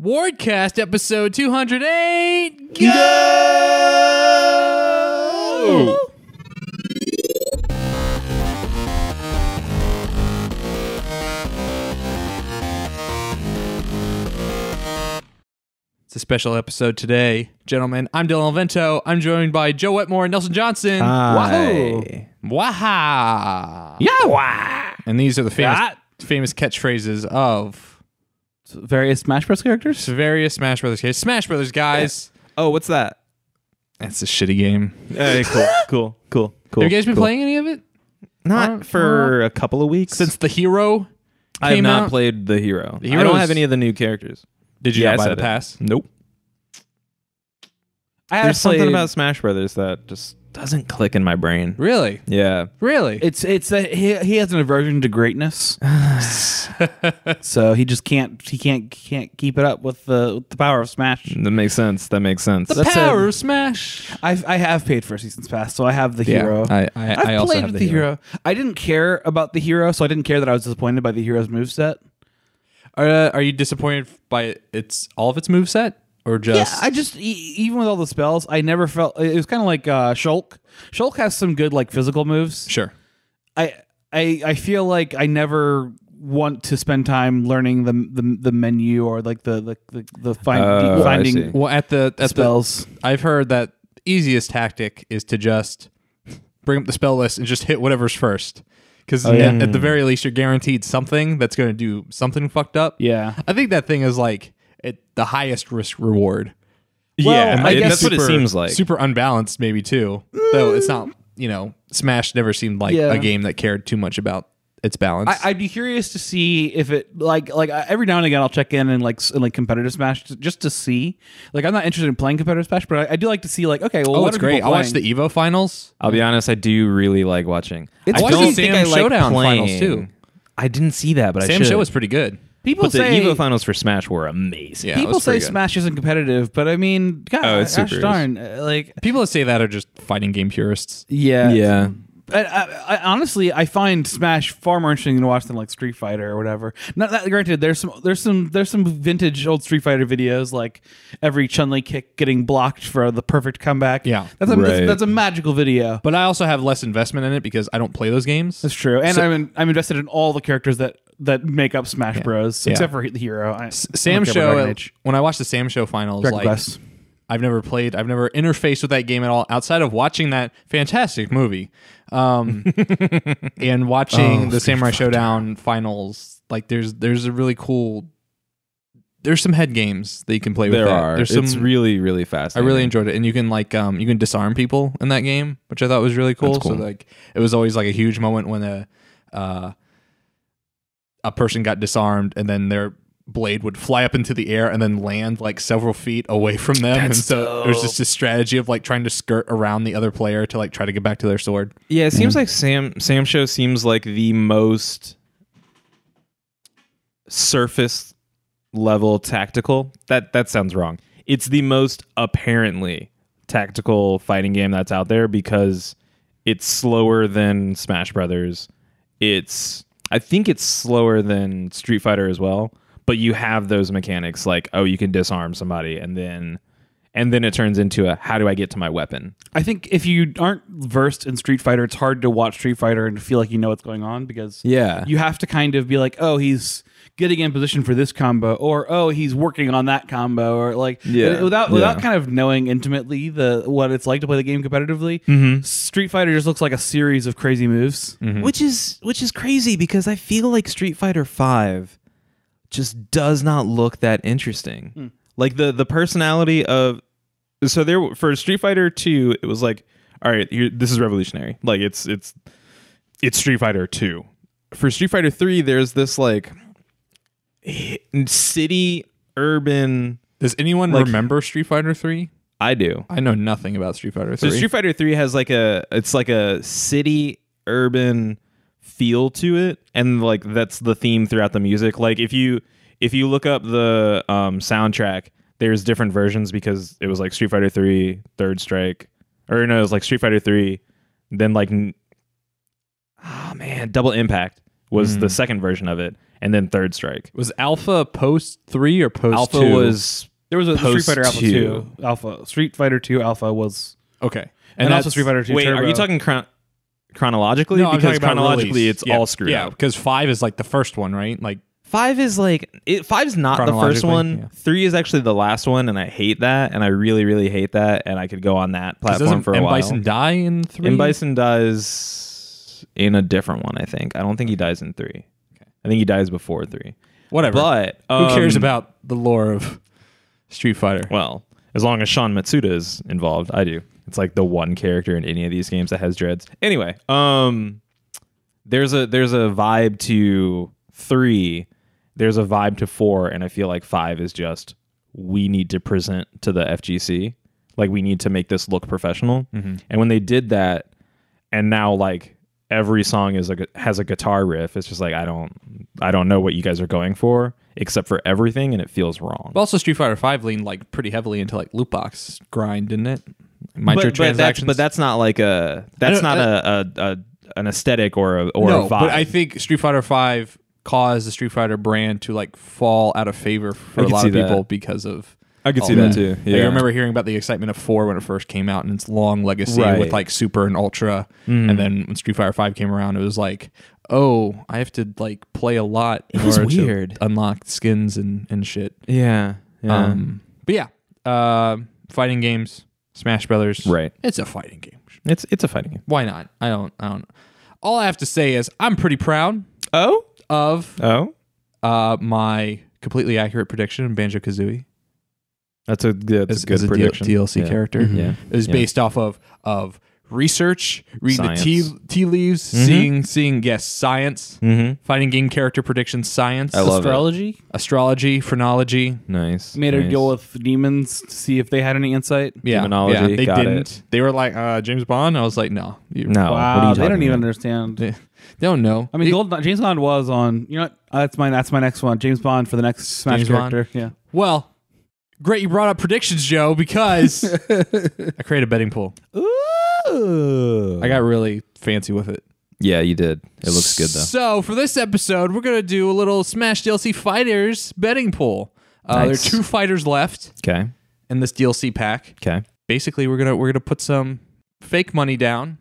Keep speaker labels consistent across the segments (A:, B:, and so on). A: Wardcast episode 208. Go! It's a special episode today, gentlemen. I'm Dylan Vento. I'm joined by Joe Wetmore and Nelson Johnson.
B: Hi.
A: Waha!
B: Yeah, wah.
A: And these are the famous,
B: That-
A: famous catchphrases of
B: Various Smash Bros. characters.
A: various Smash Brothers games. Smash Brothers, guys.
B: Oh, what's that?
A: That's a shitty game.
B: Hey, cool, cool, cool, cool.
A: Have you guys been
B: cool.
A: playing any of it
B: Not for a couple of weeks.
A: since the hero?
B: I have
A: came
B: not
A: out?
B: played the hero.
A: The
B: I
A: Hero
B: don't
A: is-
B: have any of the new characters.
A: Did you
B: Yeah,
A: not
B: I
A: buy the
B: said it.
A: pass?
B: Nope. I
C: There's
B: have
C: something
B: played-
C: about Smash Brothers that just doesn't click in my brain.
A: Really?
C: Yeah.
A: Really?
B: It's it's a, he, he has an aversion to greatness, so he just can't he can't can't keep it up with the with the power of Smash.
C: That makes sense. That makes sense.
A: the
B: that's a-
A: power of Smash.
B: I I have paid for a season's pass, so I have the
A: Yeah,
B: hero.
A: I- I-
B: I've
A: I also
B: played
A: have
B: with
A: the
B: the hero. I didn't care about the hero, so I didn't care that I was disappointed by the hero's moveset.
A: Are, uh, are you disappointed by its all of its moveset? Or
B: Yeah,
A: just
B: I just e- even with all the spells, I never felt it was kind of like uh, Shulk. Shulk has some good like physical moves.
A: sure.
B: I I I feel like I never want to spend time learning the the, the menu or like the the the, the find,
C: Oh, I see.
B: finding
A: Well at the at
B: spells.
A: the I've heard that the easiest tactic is to just bring up the spell list and just hit whatever's first.
B: Oh,
A: Because at,
B: Hmm.
A: at the very least you're guaranteed something that's gonna do something fucked up.
B: yeah,
A: I think that thing is like at the highest risk reward.
B: Yeah, I
C: it-
B: guess
C: that's what it
A: super-
C: seems like.
A: Super unbalanced, maybe too. Though it's not, you know, Smash never seemed like
B: Yeah.
A: a game that cared too much about its balance.
B: I, I'd be curious to see if it like like I- every now and again I'll check in and like s- and like competitive Smash t- just to see. Like I'm not interested in playing competitive Smash, but I, I do like to see like okay, well,
A: oh,
B: what
A: it's
B: are people
A: great. I watched
B: playing?
A: the Evo finals.
C: I'll be honest, I do really like watching.
B: It's
C: I
B: watching
C: don't
A: Sam
C: think I like
A: Showdown
C: playing.
A: finals, too.
C: I didn't see that, but I
A: Sam
C: should.
A: show was pretty good.
B: people
C: but the
B: say
C: Evo finals for Smash were amazing.
A: Yeah. it
B: people
A: was
B: say
A: pretty good.
B: Smash isn't competitive, but I mean, God,
C: Oh, it
B: gosh
C: super is.
B: darn, uh, like
A: People that say that are just fighting game purists.
B: yeah,
C: Yeah.
B: I, uh, I, I, honestly, I find Smash far more interesting to watch than like Street Fighter or whatever. Not that granted, there's some there's some there's some vintage old Street Fighter videos like every Chun Li kick getting blocked for the perfect comeback.
A: Yeah.
B: that's a that's,
C: Right.
B: that's a magical video.
A: But I also have less investment in it because I don't play those games.
B: That's true, and I'm in, I'm invested in all the characters that that make up Smash Bros. Except for the hero. I, I
A: Sam
B: don't care about Dragon
A: show
B: Age.
A: when I watched the Sam show finals,
B: Dragon
A: like
B: Quest.
A: I've never played, I've never interfaced with that game at all outside of watching that fantastic movie, um, and
B: Oh,
A: watching the Samurai Showdown finals. Like there's there's a really cool. There's some head games that you can play with.
C: There
A: that.
C: are.
A: There's some.
C: it's really, really
A: I
C: fascinating.
A: really enjoyed it, and you can like um you can disarm people in that game, which I thought was really cool.
C: That's cool.
A: So like it was always like a huge moment when a uh, a person got disarmed, and then their blade would fly up into the air and then land like several feet away from them. and so there's just this strategy of like trying to skirt around the other player to like try to get back to their sword.
C: Yeah, it seems like Sam Sam Show seems like the most surface level tactical. That that sounds wrong. It's the most apparently tactical fighting game that's out there because it's slower than Smash Brothers. It's I think it's slower than Street Fighter as well, but you have those mechanics like oh you can disarm somebody and then and then it turns into a how do I get to my weapon?
B: I think if you aren't versed in Street Fighter, it's hard to watch Street Fighter and feel like you know what's going on because
C: Yeah.
B: you have to kind of be like, oh, he's getting in position for this combo, or oh, he's working on that combo, or like
C: Yeah.
B: without without
C: Yeah.
B: kind of knowing intimately the what it's like to play the game competitively. Street Fighter just looks like a series of crazy moves.
C: which is which is crazy because I feel like Street Fighter Five just does not look that interesting. Like the the personality of so there for Street Fighter Two, it was like, all right, here, this is revolutionary. Like it's it's it's Street Fighter Two. For Street Fighter Three, there's this like hi- city urban.
A: Does anyone
C: Like-
A: remember Street Fighter Three?
C: I do.
A: I know nothing about Street Fighter
C: So
A: Three.
C: Street Fighter Three has like a it's like a city urban feel to it, and like that's the theme throughout the music. Like if you if you look up the um, soundtrack, there's different versions because it was like Street Fighter Three, Third Strike, or no, it was like Street Fighter Three, ah,
A: Hmm.
C: then like n- oh man, Double Impact was the second version of it, and then Third Strike.
A: Was Alpha post three or post
C: Alpha
A: two?
C: was
B: There was a Street
C: Post
B: Fighter Alpha 2.
C: two.
B: Alpha. Street Fighter 2 Alpha was.
A: okay, and,
B: And, also
A: that's-
B: Street Fighter 2
C: wait.
B: Turbo.
C: Are you talking chron- chronologically?
A: No, I'm
C: because
A: talking about
C: chronologically,
A: release.
C: it's
A: Yeah.
C: all screwed
A: yeah,
C: up.
A: because five is like the first one, right? Like
C: Five is like it, five's not the first
A: Chronologically,
C: one.
A: yeah.
C: Three is actually the last one, and I hate that. And I really, really hate that. And I could go on that platform
A: doesn't
C: for a
A: M
C: while.
A: Bison die in three?
C: M. Bison dies in a different one, I think. I don't think he dies in three. I think he dies before three.
A: whatever.
C: But
A: Who cares
C: um,
A: about the lore of Street Fighter?
C: Well, as long as Sean Matsuda is involved, I do. It's like the one character in any of these games that has dreads. Anyway, um, there's a there's a vibe to three, there's a vibe to four, and I feel like five is just we need to present to the FGC, like we need to make this look professional. And when they did that, and now like every song is a gu- has a guitar riff, it's just like I don't I don't know what you guys are going for except for everything, and it feels wrong.
A: But also Street Fighter Five leaned like pretty heavily into like loot box grind, didn't it? Microtransactions.
C: that's, but that's not like a
A: I
C: that's not
A: don't-
C: a, a, a an aesthetic or a or
A: no,
C: a vibe.
A: but I think Street Fighter Five caused the Street Fighter brand to like fall out of favor for
C: I
A: a
C: could
A: lot
C: see
A: of people
C: that.
A: because of.
C: I could
A: all
C: see that too,
A: Like,
C: Oh, yeah.
A: I remember hearing about the excitement of four when it first came out and its long legacy
C: Right.
A: with like Super and Ultra,
C: Mm. Hmm.
A: and then when Street Fighter Five came around, it was like, oh, I have to like play a lot in
C: It was
A: order to
C: weird.
A: unlock skins and and shit.
C: yeah, yeah.
A: Um, but yeah, uh, fighting games, Smash Brothers,
C: Mm. Right.
A: It's a fighting game.
C: it's it's a fighting game.
A: Why not? I don't. I don't. All I have to say is I'm pretty proud
C: Oh
A: of
C: oh,
A: uh, my completely accurate prediction in Banjo Kazooie
C: that's a good that's
A: as,
C: a good
A: as a D-
C: prediction.
A: DLC
C: Yeah.
A: character.
C: Yeah.
A: It was
C: Yeah.
A: based off of of research, reading the tea,
C: Science.
A: tea leaves, seeing seeing yes, science,
C: Mm-hmm.
A: fighting game character prediction, science,
C: I love it.
B: Astrology?
A: astrology, phrenology.
C: Nice.
B: Made
C: nice.
B: a deal with demons to see if they had any insight.
A: Yeah,
C: Demonology,
A: yeah, they
C: got
A: didn't.
C: it.
A: They were like uh, James Bond. I was like, no, you-
C: No,
B: wow.
C: what are you
B: they don't
C: talking
B: even
C: about?
B: understand.
A: They don't know.
B: I mean,
A: It-
B: Gold, James Bond was on. You know, what? Uh, that's my that's my next one. James Bond for the next Smash
A: James Bond.
B: character. Yeah,
A: well, great you brought up predictions, Joe, because I created a betting pool.
C: Ooh.
A: I got really fancy with it.
C: yeah, you did. It looks good though.
A: So for this episode, we're gonna do a little Smash DLC fighters betting pool. Uh,
C: Nice.
A: There are two fighters left
C: Okay.
A: in this DLC pack.
C: Okay.
A: Basically, we're gonna we're gonna put some fake money down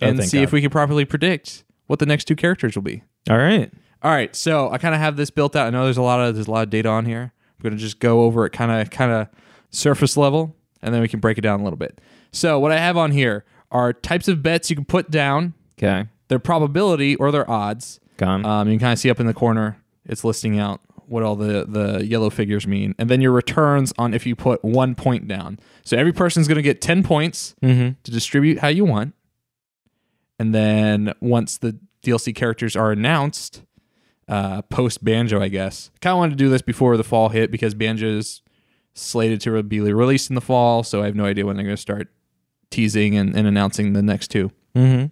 C: Oh,
A: and
C: thank
A: see if
C: God.
A: we can properly predict what the next two characters will be.
C: All right.
A: All right, so I kind of have this built out. I know there's a lot of there's a lot of data on here. I'm gonna just go over it kind of kind of surface level, and then we can break it down a little bit. So what I have on here are types of bets you can put down,
C: Okay.
A: their probability or their odds.
C: Gone.
A: Um, you can kind of see up in the corner, it's listing out what all the the yellow figures mean, and then your returns on if you put one point down. So every person's gonna get ten points
C: mm-hmm.
A: to distribute how you want. And then once the DLC characters are announced, uh, post Banjo, I guess. Kind of wanted to do this before the fall hit because Banjo's slated to be released in the fall, so I have no idea when they're going to start teasing and, and announcing the next two.
C: Mm-hmm.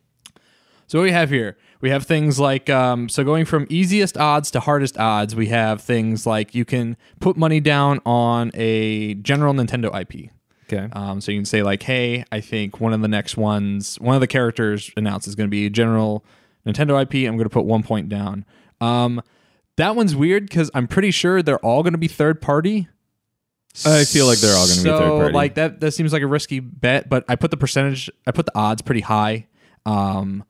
A: So what we have here, we have things like um, so going from easiest odds to hardest odds. We have things like you can put money down on a general Nintendo IP.
C: Okay.
A: Um, so you can say like, "Hey, I think one of the next ones, one of the characters announced is going to be a general Nintendo IP. I'm going to put one point down." Um, that one's weird because I'm pretty sure they're all going to be third party.
C: I feel like they're all gonna be
A: So,
C: third party.
A: Like that, that seems like a risky bet, but I put the percentage, I put the odds pretty high. Um,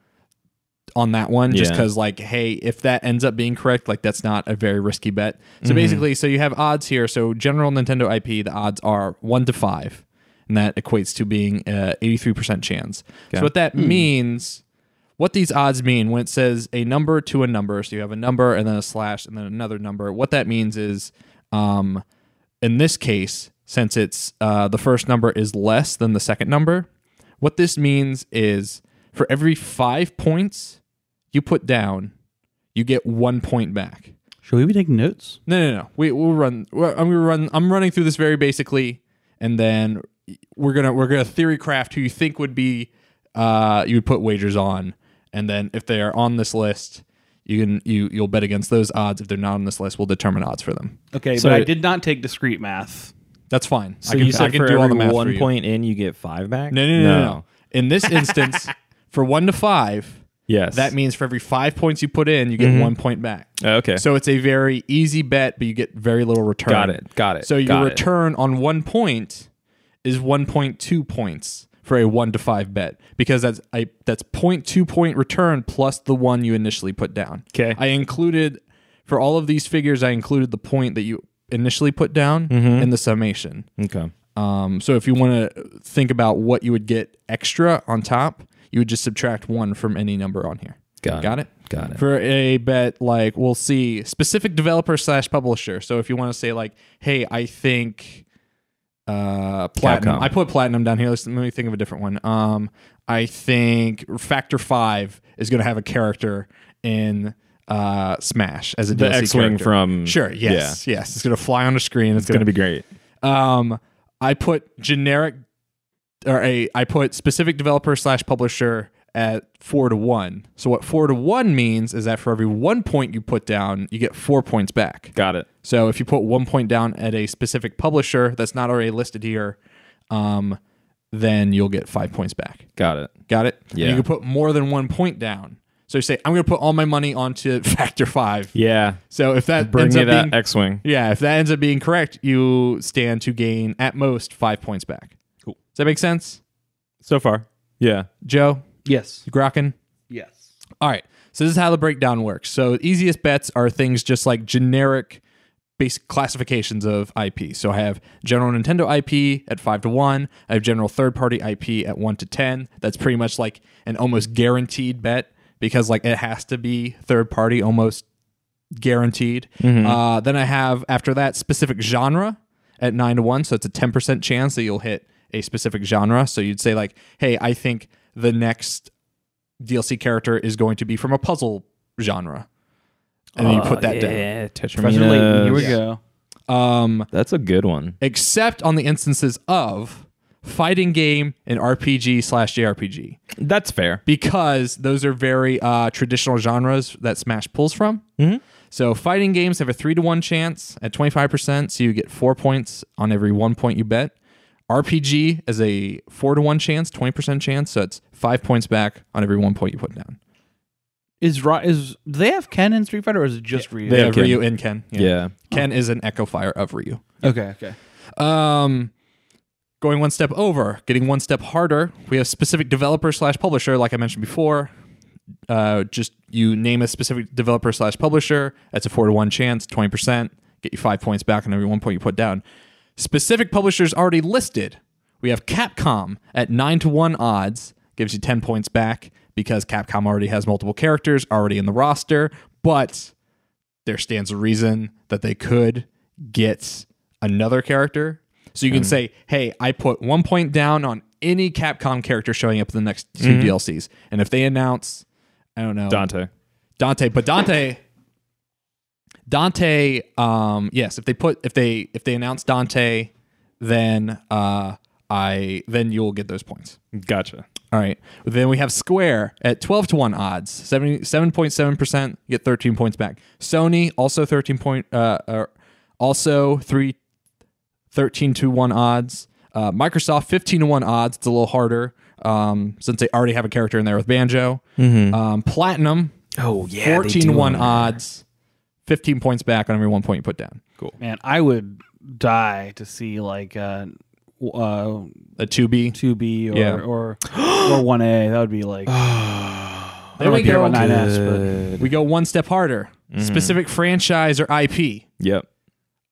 A: on that one just
C: Yeah.
A: because like hey if that ends up being correct like that's not a very risky bet so basically so you have odds here so general nintendo ip the odds are 1 to 5 and that equates to being a 83% chance so what that means what these odds mean when it says a number to a number so you have a number and then a slash and then another number what that means is um, in this case since it's uh, the first number is less than the second number what this means is for every five points you put down, you get one point back.
B: should we be taking notes?
A: No, no, no. We we'll run. we're- I'm gonna run. I'm running through this very basically, and then we're gonna we're gonna theory craft who you think would be uh you would put wagers on, and then if they are on this list, you can you you'll bet against those odds. If they're not on this list, we'll determine odds for them.
B: Okay,
C: So-
B: but I did not take discrete math.
A: That's fine.
C: So you said for every one
A: for you.
C: point in, you get five back.
A: No, no, no, no. no. In this instance, for one to five,
C: Yes. Mm-hmm. Oh,
A: That means for every five points you put in, you get one point back.
C: Okay.
A: So it's a very easy bet, but you get very little return.
C: Got it, got it,
A: So your
C: got it.
A: return on one point is 1.2 points for a one to five bet because that's a that's 0.2 point return plus the one you initially put down.
C: 'Kay.
A: I included for all of these figures, I included the point that you initially put down
C: Mm-hmm.
A: in the summation.
C: okay.
A: Um, so if you want to think about what you would get extra on top, you would just subtract one from any number on here.
C: Got it.
A: Got it.
C: Got it.
A: For a bet, like we'll see specific developer slash publisher. So if you want to say like, hey, I think uh platinum.
C: Capcom.
A: I put platinum down here. Let's, let me think of a different one. Um, I think Factor Five is going to have a character in uh Smash as a
C: The
A: DLC
C: X-Wing
A: character.
C: from-
A: sure. Yes. Yes. It's going to fly on the screen. It's
C: It's
A: going to
C: gonna be great.
A: um, I put generic or a I put specific developer slash publisher at four to one. So what four to one means is that for every one point you put down, you get four points back.
C: Got it.
A: So if you put one point down at a specific publisher that's not already listed here, um, then you'll get five points back.
C: Got it.
A: Got it? And
C: Yeah.
A: you can put more than one point down. So you say, I'm gonna put all my money onto factor five.
C: Yeah.
A: So if that
C: Bring
A: ends
C: me
A: up
C: that
A: being
C: X-wing.
A: yeah, if that ends up being correct, you stand to gain at most five points back.
C: Cool.
A: Does that make sense,
C: So far. Yeah.
A: Joe?
B: Yes.
A: You grokking?
B: Yes.
A: All right. So this is how the breakdown works. So easiest bets are things just like generic basic classifications of IP. So I have general Nintendo IP at 5 to 1, I have general third party IP at 1 to 10. That's pretty much like an almost guaranteed bet because like it has to be third party almost guaranteed. Uh, then I have after that specific genre at nine to one, so it's a ten percent chance that you'll hit a specific genre. So you'd say like, hey, I think the next DLC character is going to be from a puzzle genre, and then you
C: Oh,
A: put that
B: Oh, Professor Layton, Uh, here we go.
A: down. Um,
C: That's a good one.
A: except on the instances of fighting game and RPG slash JRPG,
C: That's fair.
A: because those are very uh, traditional genres that Smash pulls from. Mm-hmm. So fighting games have a three to one chance at twenty five percent, so you get four points on every one point you bet. RPG is a four to one chance, twenty percent chance, so it's five points back on every one point you put down.
B: Is Ro- is do they have Ken in Street Fighter or is it just Ryu?
A: They
C: Yeah,
A: have
C: Ken.
A: Ryu and Ken.
C: Yeah.
A: Ken is an Echo Fire of Ryu.
B: Okay. Okay.
A: Um, going one step over, getting one step harder. We have specific developer slash publisher, like I mentioned before. Uh, just you name a specific developer slash publisher. That's a four to one chance, twenty percent. Get you five points back on every one point you put down. Specific publishers already listed. We have Capcom at nine to one odds, gives you ten points back because Capcom already has multiple characters already in the roster, but there stands a reason that they could get another character. So you can say, hey, I put one point down on any Capcom character showing up in the next 2 DLCs. And if they announce, I don't know,
C: Dante.
A: Dante, but Dante, Dante, um, yes, if they put, if they, if they announce Dante, then, uh, I, then you'll get those points.
C: Gotcha.
A: All right. Then we have Square at 12 to 1 odds, 77.7%, you get 13 points back. Sony also 13 point uh, uh also 3 13 to 1 odds. Uh, Microsoft 15 to 1 odds. It's a little harder um, since they already have a character in there with Banjo. Um, Platinum
C: Oh
A: 14 to 1 odds, 15 points back on every one point you put down.
B: Man, I would die to see like uh, w- uh
A: A 2B.
B: two B or
A: Yeah.
B: or or one A. That would be like. I
A: There
B: don't
A: we
B: really care
A: go. Mm-hmm.
B: about 9S,
A: We go one step harder. Specific franchise or IP.
C: Yep.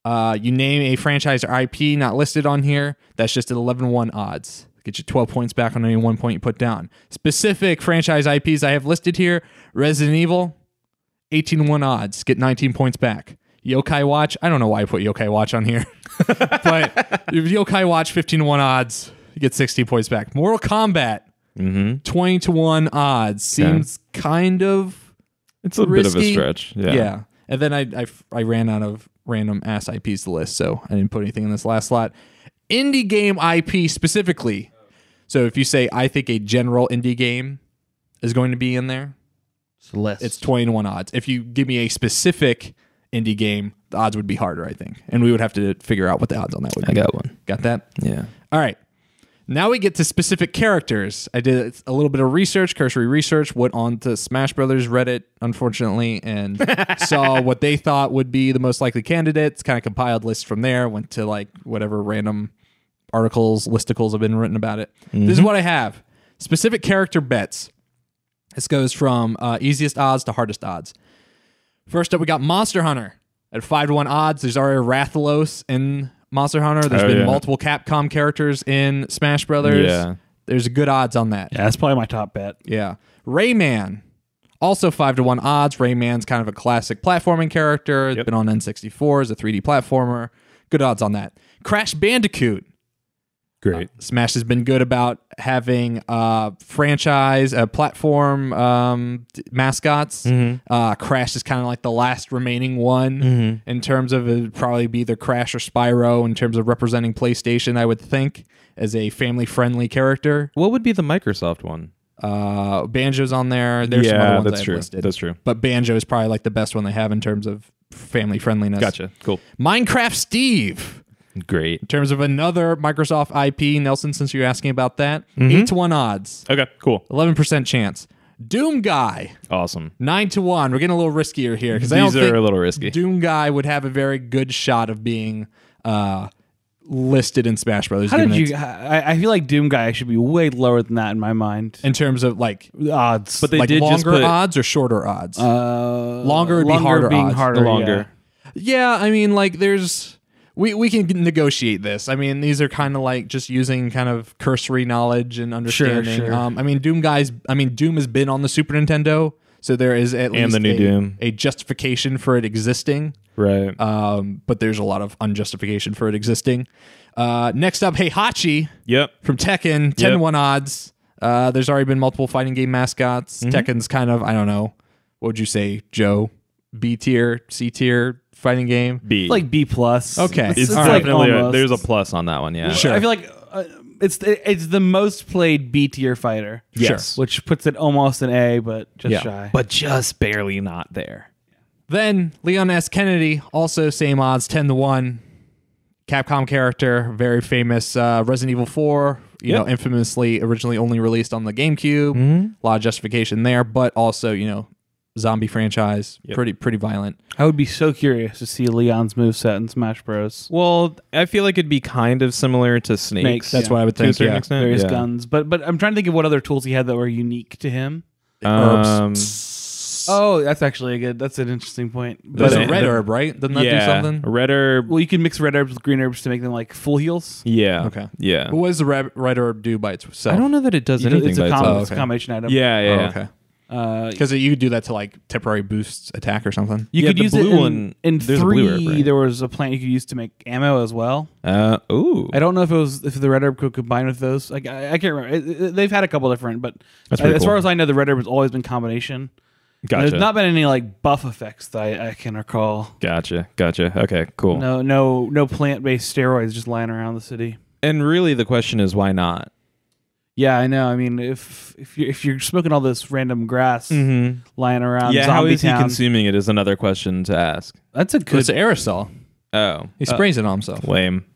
A: Uh, you name a franchise or IP not listed on here, that's just at 11 1 odds. Get you 12 points back on any one point you put down. Specific franchise IPs I have listed here Resident Evil, 18 1 odds. Get 19 points back. Yokai Watch, I don't know why I put Yokai Watch on here, but if Yokai Watch, 15 1 odds. You get 60 points back. Mortal Kombat, 20 to 1 odds. Seems kind of
C: It's a bit of
A: Risky.
C: a stretch. Yeah.
A: yeah. And then I, I f- I ran out of random ass IPs to list, so I didn't put anything in this last slot. Indie game IP specifically. So if you say I think a general indie game is going to be in there,
B: but less.
A: it's twenty to one odds. If you give me a specific indie game, the odds would be harder, I think, and we would have to figure out what the odds on that would be.
C: got one.
A: got that.
C: Yeah.
A: All right. Now we get to specific characters. I did a little bit of research, cursory research, went on to Smash Brothers Reddit, unfortunately, and saw what they thought would be the most likely candidates, kind of compiled lists from there, went to like whatever random articles, listicles have been written about it. This is
C: Mm-hmm.
A: what I have. Specific character bets. This goes from uh, easiest odds to hardest odds. First up, we got Monster Hunter at five to one odds. There's already Rathalos in Monster Hunter. There's
C: Oh,
A: been
C: yeah.
A: multiple Capcom characters in Smash Brothers.
C: Yeah.
A: There's good odds on that. Yeah.
B: Yeah, that's probably my top bet.
A: Rayman, also five to one odds. Rayman's kind of a classic platforming character. It's Been on N64 as a 3D platformer. Good odds on that. Crash Bandicoot.
C: Great.
A: Smash has been good about having uh, franchise, uh, platform um, d- mascots.
C: Mm-hmm.
A: Uh, Crash is kind of like the last remaining one
C: Mm-hmm.
A: in terms of it would probably be either Crash or Spyro in terms of representing PlayStation. I would think as a family-friendly character.
C: What would be the Microsoft one?
A: Uh, Banjo's on there. There's some other
C: Yeah,
A: ones
C: that's
A: I have
C: true.
A: listed.
C: That's true.
A: But Banjo is probably like the best one they have in terms of family friendliness.
C: Gotcha. Cool.
A: Minecraft Steve
C: Great.
A: in terms of another Microsoft IP, Nelson, since you're asking about that,
C: Mm-hmm.
A: eight to one odds,
C: Okay. Cool.
A: eleven percent chance. Doom Guy,
C: Awesome.
A: nine to one. We're getting a little riskier here because I don't
C: These
A: think
C: are a little risky.
A: Doom Guy would have a very good shot of being uh, listed in Smash Brothers.
B: How did
A: given
B: you?
A: it's-
B: I, I feel like Doom Guy should be way lower than that in my mind.
A: In terms of like
B: Odds, but
C: they
A: like
C: did just
A: longer
C: put-
A: odds or shorter odds?
B: uh,
A: Longer would be harder
B: being
A: odds.
B: harder,
C: Longer.
A: yeah, I mean like there's. We, we can negotiate this. I mean, these are kind of like just using kind of cursory knowledge and understanding.
B: sure.
A: Um, I mean, Doom guys. I mean, Doom has been on the Super Nintendo, so there is at least
C: the new
A: a,
C: Doom.
A: a justification for it existing.
C: Right.
A: Um, but there's a lot of unjustification for it existing. Uh, next up, Heihachi
C: yep.
A: from Tekken, 10
C: Yep.
A: 1 odds. Uh, there's already been multiple fighting game mascots.
C: Mm-hmm.
A: Tekken's kind of, I don't know, what would you say, Joe? B tier, C tier fighting game?
C: B.
B: It's like B plus.
A: Okay.
B: it's,
C: it's,
B: it's like
C: definitely a,
B: almost.
C: there's a plus on that one. Yeah.
A: Sure.
B: I feel like uh, it's the, it's the most played B tier fighter.
C: Yes.
B: which puts it almost an A, but just
A: Yeah.
B: shy.
C: But just barely not there.
A: Then Leon S. Kennedy, also same odds, 10 to 1. Capcom character, very famous uh, Resident Evil 4, you
C: Yep. Mm-hmm.
A: know, infamously originally only released on the GameCube. A lot of justification there, but also, you know, zombie franchise, pretty pretty violent.
B: I would be so curious to see Leon's moveset in Smash Bros.
C: Well, I feel like it'd be kind of similar to snakes.
B: Snakes,
A: That's
B: Yeah.
A: what I would
C: To a
A: think.
C: certain
A: Yeah.
C: extent.
B: Various
C: yeah.
B: guns, but but I'm trying to think of what other tools he had that were unique to him.
C: Um,
A: Herbs.
B: Oh, that's actually a good. That's an interesting point.
A: There's
B: But uh,
C: Those
A: a
C: it-
A: red
C: the-
A: herb, right? Doesn't that
C: yeah.
A: do something?
C: Red herb.
B: well, you can mix red herbs with green herbs to make them like full heals.
C: Yeah.
A: Okay.
C: Yeah.
A: But what does the red, red herb do by itself?
C: I don't know that it does
B: You do-
C: anything.
B: it's a,
C: by
B: com-
C: itself.
A: Oh,
B: it's a
A: okay.
B: combination item.
C: Yeah. Yeah. yeah.
A: okay.
B: Uh,
A: Because you could do that to like temporary boost attack or something.
B: you
C: Yeah,
B: could
C: the
B: use
C: blue
B: it in,
C: one-
B: in
C: there's
B: three.
C: a blue herb, right?
B: There was a plant you could use to make ammo as well.
C: Uh, ooh.
B: I don't know if it was if the red herb could combine with those. Like I, I can't remember. It- it- they've had a couple different, but
C: That's
B: as
C: pretty
B: far
C: cool.
B: as I know, the red herb has always been combination. And
C: Gotcha.
B: There's not been any like buff effects that I, I can recall.
C: gotcha. Gotcha. Okay. Cool.
B: No, no, no plant based steroids just lying around the city.
C: And really, the question is, why not?
B: Yeah, I know. I mean, if if you're if you're smoking all this random grass
A: Mm-hmm.
B: lying around,
C: yeah. How
B: zombie
C: is he
B: town,
C: consuming it? Is another question to ask.
B: That's a
A: Because it's
B: good.
A: an aerosol.
C: Oh,
A: He sprays it on himself.
C: lame.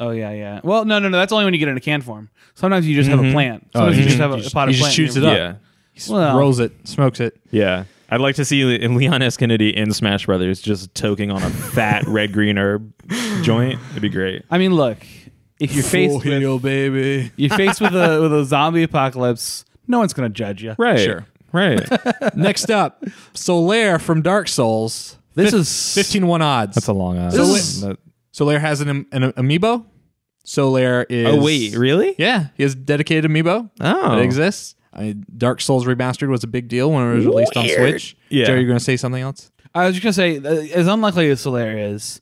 B: Oh yeah, yeah. Well, no, no, no. That's only when you get it in a can form. Sometimes you just have a
C: Mhm.
B: plant.
A: Oh,
B: Sometimes
A: you
B: you just
A: just-
B: have a,
A: you just-
B: pot of
A: you just
B: plant. in
A: shoots
B: your-
A: it up.
C: Yeah.
A: He
B: Well-
A: rolls it, smokes it.
C: Yeah. I'd like to see Le- Leon S. Kennedy in Smash Brothers just toking on a fat red green herb joint. It'd be great.
B: I mean, look, if you're faced with
A: baby.
B: you're faced with a with a zombie apocalypse, no one's gonna judge you.
C: Right.
A: Sure.
C: Right.
A: Next up, Solaire from Dark Souls.
B: This is
A: 15 1 odds.
C: That's a long ass.
A: This is- Solaire has an, am- an amiibo. Solaire is.
C: oh wait, really?
A: Yeah, he has a dedicated amiibo.
C: Oh.
A: It exists. I mean, Dark Souls Remastered was a big deal when it was released on Switch.
C: Yeah.
A: Joe, you're going to say something else?
B: I was just gonna say, uh, as unlikely as Solaire is,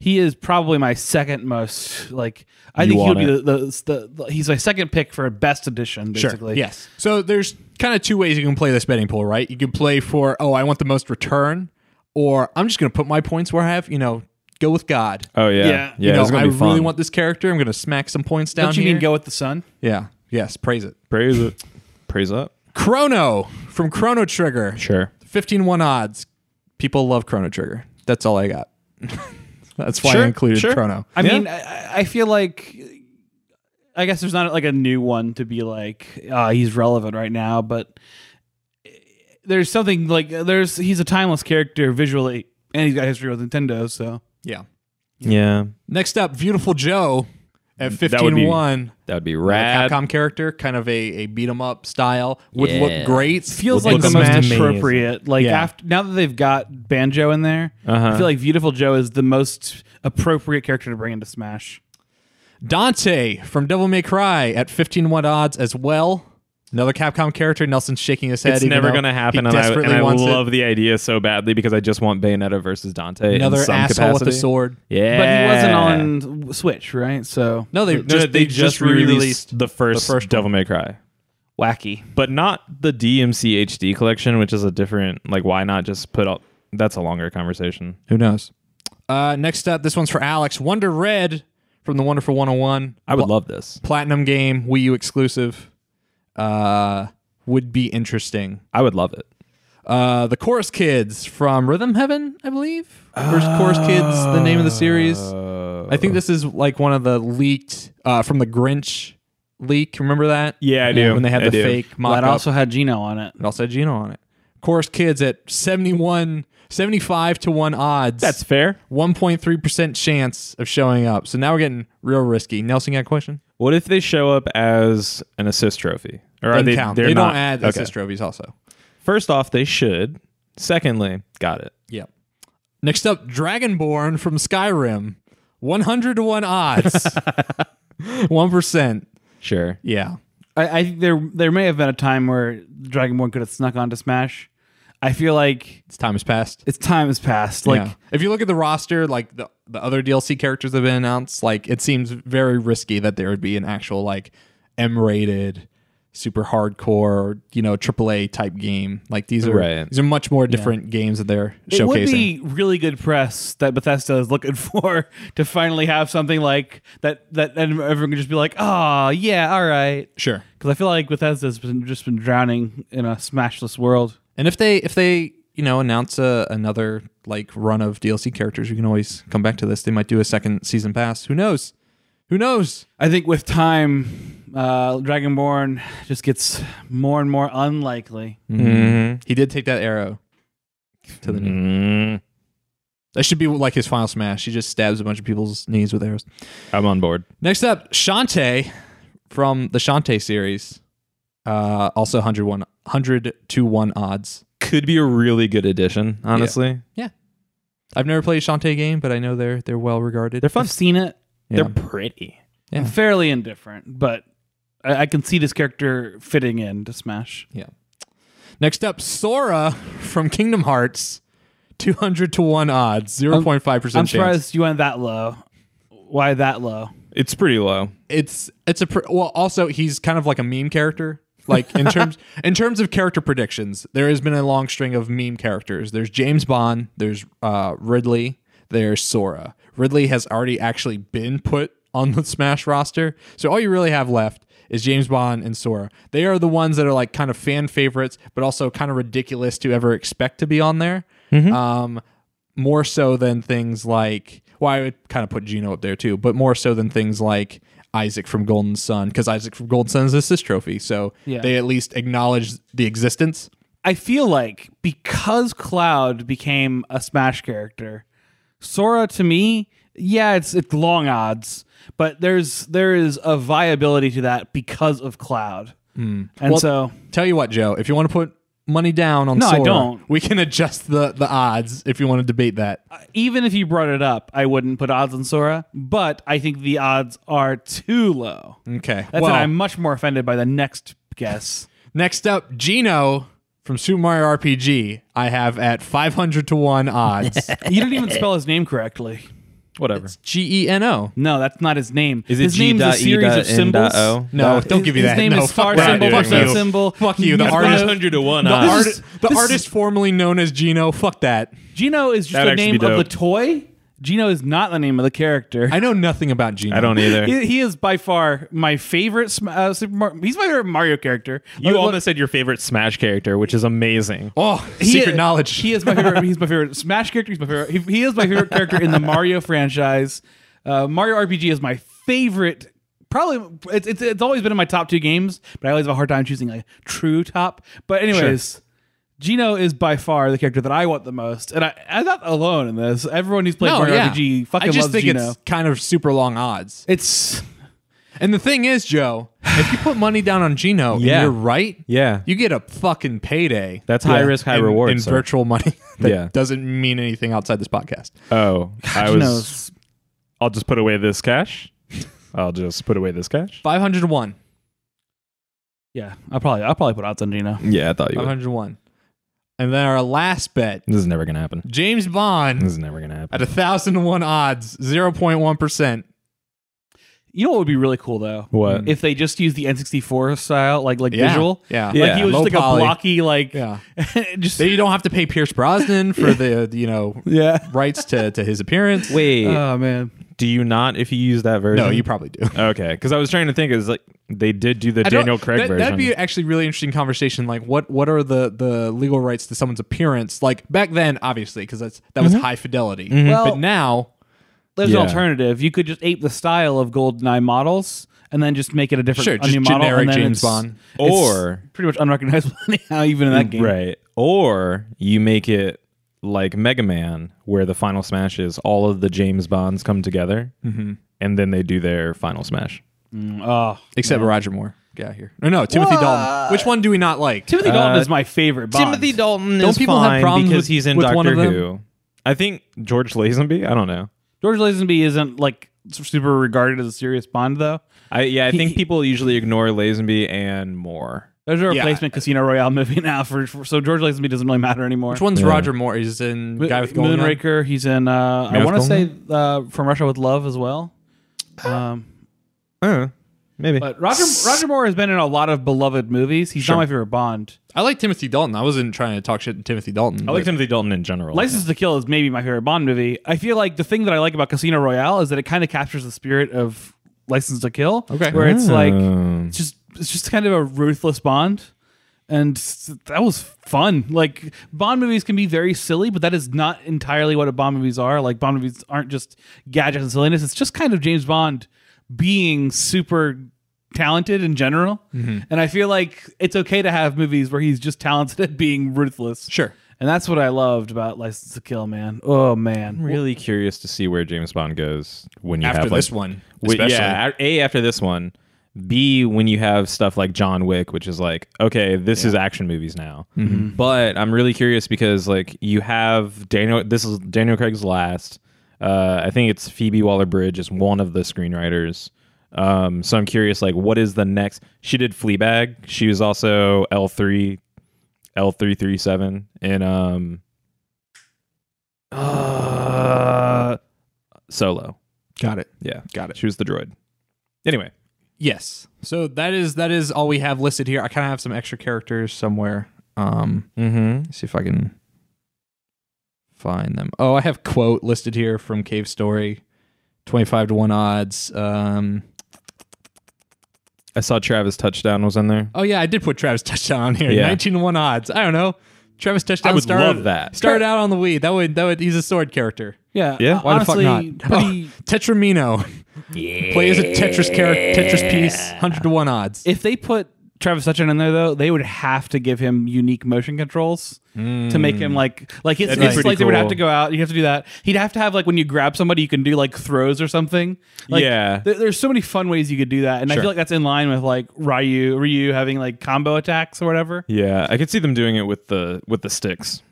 B: he is probably my second most like. I
C: You
B: think he would
C: want
B: be the,
C: it.
B: the, the, the he's my second pick for best edition. Basically,
A: Yes. So there's kind of two ways you can play this betting pool, right? You can play for, oh, I want the most return, or I'm just going to put my points where I have, you know, go with God.
C: Oh yeah.
B: Yeah.
C: Yeah.
A: you
C: it's
A: know,
C: gonna
A: I
C: be fun.
A: really want this character. I'm going to smack some points down
B: Don't you
A: here.
B: mean go with the sun?
A: yeah. Yes. Praise it.
C: praise it. Praise up.
A: Chrono from Chrono Trigger.
C: Sure.
A: 15 1 odds. People love Chrono Trigger. That's all I got. That's why
C: Sure,
A: I included
C: sure.
A: Chrono.
B: I
C: Yeah.
B: mean, I, I- I feel like I guess there's not like a new one to be like uh, he's relevant right now, but eh, there's something like there's he's a timeless character visually, and he's got history with Nintendo. So
A: Yeah.
C: Yeah,
A: Next up, Beautiful Joe at
C: That would be
A: 15 1.
C: that would be rad.
A: Capcom character, kind of a, a beat 'em up style. Would
C: Yeah.
A: look great.
B: feels
A: Would
B: like
A: look
B: the
A: amazing.
B: most
C: amazing.
B: appropriate. Like
A: Yeah.
B: after now that they've got Banjo in there,
C: Uh-huh.
B: I feel like Beautiful Joe is the most appropriate character to bring into Smash.
A: Dante from Devil May Cry at 15 1 odds as well. Another Capcom character. Nelson's shaking his head.
C: It's
A: even
C: never
A: though
C: going to happen,
A: He
C: and I,
A: desperately
C: and I
A: wants it.
C: love the idea so badly because I just want Bayonetta versus Dante.
A: Another
C: in some
A: asshole
C: capacity.
A: with a sword.
C: Yeah,
B: But he wasn't on w- Switch, right? So
A: No, they
C: No,
A: just,
C: they, just re-released the first,
A: the first
C: Devil May Cry,
B: wacky.
C: but not the DMC HD collection, which is a different. Like, why not just put out? That's a longer conversation.
A: Who knows? Uh, next up, this one's for Alex. Wonder Red from the Wonderful 101.
C: I would love this.
A: Platinum game, Wii U exclusive. Uh, would be interesting.
C: I would love it.
A: Uh, the Chorus Kids from Rhythm Heaven, I believe. First Chorus Kids, the name of the series. I think this is like one of the leaked uh, from the Grinch leak. Remember that?
C: Yeah, I do.
A: When they had the
C: I do.
A: fake
B: Well,
A: mock
B: that
A: up.
B: also had Gino on it.
A: it also had Gino on it. Chorus Kids at 71, 75 to 1 odds.
C: That's fair.
A: 1.3% chance of showing up. So now we're getting real risky. Nelson, you got a question?
C: What if they show up as an assist trophy? Or are
A: Doesn't
C: they?
A: count.
C: They're
A: They
C: not,
A: don't add
C: okay.
A: assist trophies also.
C: First off, they should. Secondly, got it.
A: Yep. Next up, Dragonborn from Skyrim. 100 to 1 odds. 1%.
C: Sure.
A: Yeah.
B: I, I think there there may have been a time where Dragonborn could have snuck onto Smash. I feel like
A: It's time has passed.
B: its time has passed. Like
A: Yeah. if you look at the roster, like the, the other DLC characters that have been announced, like it seems very risky that there would be an actual like M rated, super hardcore, you know, AAA type game. Like these are
C: Right.
A: these are much more different games that they're
B: it
A: showcasing.
B: would be really good press that Bethesda is looking for to finally have something like that that and everyone can just be like, oh yeah, all right.
A: sure.
B: Because I feel like Bethesda's been just been drowning in a Smashless world.
A: And if they if they you know announce a, another like run of DLC characters, you can always come back to this. They might do a second season pass. Who knows? Who knows?
B: I think with time, uh, Dragonborn just gets more and more unlikely.
C: Mm-hmm.
A: He did take that arrow to the knee.
C: Mm,
A: That should be like his final smash. He just stabs a bunch of people's knees with arrows.
C: I'm on board.
A: Next up, Shantae from the Shantae series. Uh, also 101, 100 to 1 odds.
C: Could be a really good addition, honestly.
A: I've never played a Shantae game, but I know they're they're well regarded.
C: They're fun.
B: I've seen it.
A: Yeah.
C: They're pretty.
A: Yeah.
B: I'm fairly indifferent, but I, I can see this character fitting in to Smash.
A: yeah. Next up, Sora from Kingdom Hearts. 200 to 1 odds, 0.5%
B: I'm
A: chance.
B: surprised you went that low. Why that low?
C: It's pretty low.
A: It's it's a pr- well also he's kind of like a meme character. Like in terms in terms of character predictions, there has been a long string of meme characters. There's James Bond, there's uh, Ridley, there's Sora. Ridley has already actually been put on the Smash roster, so all you really have left is James Bond and Sora. They are the ones that are like kind of fan favorites, but also kind of ridiculous to ever expect to be on there. Um, more so than things like well, I would kind of put Gino up there too, but more so than things like Isaac from Golden Sun, because Isaac from Golden Sun is an assist trophy, so
B: Yeah.
A: they at least acknowledge the existence.
B: I feel like because Cloud became a Smash character, Sora to me, yeah, it's it's long odds, but there's there is a viability to that because of Cloud. And so
A: Tell you what, Joe, if you want to put money down on
B: No, I
A: Sora,
B: don't.
A: we can adjust the the odds if you want to debate that.
B: even if you brought it up, I wouldn't put odds on Sora, but I think the odds are too low.
A: Okay.
B: That's
A: Hmm. well,
B: why I'm much more offended by the next guess.
A: next up, Gino from Super Mario RPG. I have at five hundred to one odds.
B: you didn't even spell his name correctly.
C: Whatever.
A: G E N O.
B: No, that's not his name.
C: Is it
B: his
C: G
B: name's a
C: dot E
B: series
C: dot
B: of
C: N
B: symbols.
C: dot O?
A: No, don't
B: His-
A: give me
B: his
A: that.
B: name
A: no,
B: is star
A: fuck that.
B: symbol,
C: We're not
B: fuck
C: doing
B: star
C: this.
B: symbol.
A: Fuck you, the
B: He's
A: artist-
B: got a-
C: 100 to 1
A: The,
C: odds.
A: art,
B: is-
A: the
B: this
A: artist formerly known as Gino. Fuck that.
B: Gino is just
C: That'd
B: the
C: actually
B: name
C: be
B: of the
C: dope.
B: toy. Gino is not the name of the character.
A: I know nothing about Gino.
C: I don't either.
B: he, he is by far my favorite Sm- uh, Super Mario. He's my favorite Mario character.
C: You
B: Look- look-
C: almost said your favorite Smash character, which is amazing.
A: Oh,
B: he-
A: secret knowledge.
B: He is my favorite. He's my favorite Smash character. He's my favorite. He, he is my favorite character in the Mario franchise. Uh, Mario RPG is my favorite probably it's, it's it's always been in my top two games, but I always have a hard time choosing a true top. But anyways, Gino is by far the character that I want the most, and I, I'm not alone in this. Everyone who's played Mario RPG fucking
A: I just
B: loves
A: think
B: Gino.
A: it's kind of super long odds.
B: It's,
A: And the thing is, Joe, if you put money down on Gino and
C: Yeah.
A: you're right,
C: Yeah.
A: you get a fucking payday.
C: That's high risk, high
A: in,
C: reward.
A: in
C: sir.
A: virtual money that
C: Yeah.
A: doesn't mean anything outside this podcast.
C: oh, I was.
B: Gino's
C: I'll just put away this cash. I'll just put away this cash.
A: Five hundred to one.
B: yeah. I probably I will probably put odds on Gino.
C: Yeah, I thought you
A: Five
C: would.
A: hundred to one. And then our last bet,
C: This is never gonna happen.
A: James Bond
C: This is never gonna happen.
A: at a thousand to one odds, zero point one percent.
B: You know what would be really cool though?
C: What?
B: if they just use the N64 style like like
A: Yeah.
B: visual?
A: Yeah.
B: Like
C: Yeah.
B: he was
A: Low
B: just like
A: poly.
B: a blocky like
A: Yeah.
B: just
A: They don't have to pay Pierce Brosnan for the you know
B: yeah.
A: rights to, to his appearance.
C: Wait,
B: Oh man.
C: do you not? If you use that version,
A: Uh, No, you probably do.
C: Okay, because I was trying to think. Is like they did do the
A: I don't-
C: Daniel Craig
A: that,
C: version.
A: That'd be actually really interesting conversation. Like, what what are the the legal rights to someone's appearance? Like back then, obviously, because that's that
C: Mm-hmm.
A: was high fidelity.
B: Well-
A: but now,
B: There's
C: Yeah.
B: an alternative. You could just ape the style of GoldenEye models and then just make it a different
A: Sure,
B: a
A: just
B: new model,
A: generic
B: and then
A: James
B: it's-
A: Bond.
B: it's
C: Or-
B: pretty much unrecognizable anyhow, even in that game.
C: right, or you make it like Mega Man, where the final smash is all of the James Bonds come together,
A: Mm-hmm.
C: and then they do their final smash.
B: Mm, Oh,
A: except Roger Moore, get out here. No, no, Timothy Dalton. Which one do we not like?
B: Timothy Dalton
C: Uh,
B: is my favorite. Bond.
C: Dalton
A: Don't people have problems
C: because
A: with-
C: he's in
A: with
C: Doctor
A: one of them?
C: Who. I think George Lazenby. I don't know.
B: George Lazenby isn't like super regarded as a serious Bond though.
C: I yeah, I think people usually ignore Lazenby and Moore.
B: There's a
A: Yeah.
B: replacement Casino Royale movie now for, for so George Lazenby doesn't really matter anymore.
A: Which one's
C: Yeah.
A: Roger Moore? He's in Guy with Golden Gun?
B: Moonraker. He's in. Uh,
C: Man
B: I
C: with
B: want to say
C: Golden
B: uh, from Russia with Love as well. Um,
C: Uh, maybe.
B: but Roger Roger Moore has been in a lot of beloved movies. He's not my favorite Bond.
A: I like Timothy Dalton. I wasn't trying to talk shit to Timothy Dalton.
C: I like Timothy Dalton in general.
B: License to Kill is maybe my favorite Bond movie. I feel like the thing that I like about Casino Royale is that it kind of captures the spirit of License to Kill.
A: Okay.
B: where it's like
C: Oh.
B: it's just it's just kind of a ruthless Bond. And s- that was fun. Like Bond movies can be very silly, but that is not entirely what a Bond movies are. Like Bond movies aren't just gadgets and silliness. It's just kind of James Bond being super talented in general.
A: Mm-hmm.
B: And I feel like it's okay to have movies where he's just talented at being ruthless.
A: Sure.
B: And that's what I loved about License to Kill, man. Oh man.
C: really curious to see where James Bond goes when you
A: After
C: have like,
A: this one,
C: wi-
A: especially.
C: yeah, a A, after this one, B when you have stuff like John Wick, which is like okay, this is action movies now. But I'm really curious because like you have Daniel, this is Daniel Craig's last. Uh, I think it's Phoebe Waller Bridge is one of the screenwriters. Um, so I'm curious, like, what is the next? She did Fleabag. She was also L three, L three three seven, and um, uh, Solo.
A: Got it.
C: Yeah,
A: Got it.
C: She was the droid. Anyway,
A: Yes. So that is that is all we have listed here. I kind of have some extra characters somewhere. Um,
C: mm-hmm.
A: see if I can find them. Oh, I have quote listed here from Cave Story, twenty five to one odds. Um,
C: I saw Travis touchdown was in there.
A: oh yeah, I did put Travis touchdown on here.
C: Yeah.
A: Nineteen to one odds. I don't know. Travis touchdown.
C: I would
A: started,
C: love that.
A: Started out on the weed. That would that would. He's a sword character.
B: Yeah.
C: Yeah,
B: uh,
A: Why
B: honestly,
A: the fuck not?
B: pretty-
A: Oh, Tetramino plays a Tetris character, Tetris piece, hundred to one odds.
B: if they put Travis Sutton in there though, they would have to give him unique motion controls to make him like like it's,
C: That'd be
B: it's like
C: pretty
B: they would have
C: cool.
B: to go out. You have to do that. He'd have to have like when you grab somebody, you can do like throws or something. Like,
C: Yeah.
B: there- there's so many fun ways you could do that, and I
C: Sure.
B: feel like that's in line with like Ryu Ryu having like combo attacks or whatever.
C: Yeah, I could see them doing it with the with the sticks.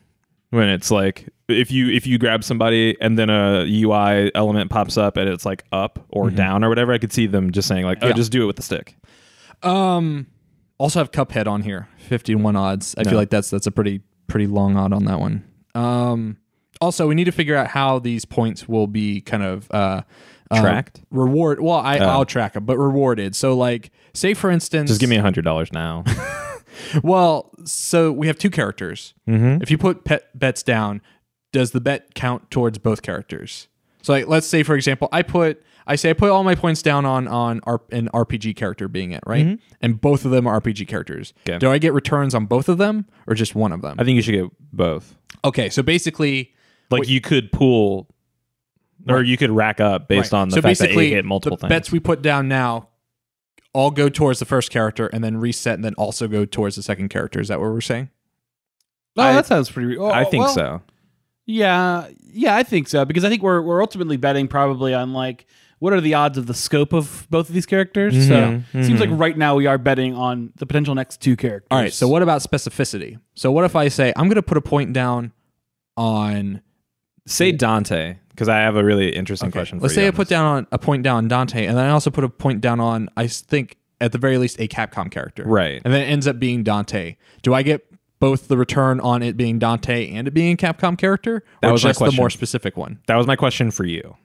C: When it's like if you if you grab somebody and then a UI element pops up and it's like up or
A: Mm-hmm.
C: down or whatever, I could see them just saying like, "Oh, just do it with the stick."
A: Um, also have Cuphead on here, fifty-one odds. I feel like that's that's a pretty pretty long odd on that one. Um, also we need to figure out how these points will be kind of uh, uh,
C: Tracked?
A: reward. Well, I I'll track them, but rewarded. So like, say for instance,
C: Just give me a hundred dollars now.
A: Well, so we have two characters. Mm-hmm. If you put pet bets down, does the bet count towards both characters? So like, let's say for example, I put I say I put all my points down on on R- an RPG character being it, right? And both of them are RPG characters.
C: Mm-hmm. Okay.
A: Do I get returns on both of them or just one of them?
C: I think you should get both.
A: Okay, so basically
C: Like you could pull, or you could rack up based
A: Right.
C: on the
A: so
C: fact that
A: basically
C: you hit multiple
A: the
C: things.
A: bets we put down now all go towards the first character and then reset and then also go towards the second character. Is that what we're saying?
B: No,
C: I-
B: that sounds pretty. re- oh,
C: I think
B: well,
C: so.
B: Yeah, yeah, I think so because I think we're we're ultimately betting probably on like what are the odds of the scope of both of these characters. So
A: Mm-hmm,
C: Mhm,
B: it seems like right now we are betting on the potential next two characters.
A: All right. So what about specificity? So what if I say I'm going to put a point down on
C: Say Dante because I have a really interesting question.
A: Let's
C: for
A: say
C: you
A: I
C: on
A: put down on a point down on Dante, and then I also put a point down on I s- think at the very least a Capcom character,
C: Right.
A: And then it ends up being Dante. Do I get both the return on it being Dante and it being a Capcom character,
C: That
A: or
C: was my
A: just the
C: question.
A: more specific one?
C: this. that was my question for you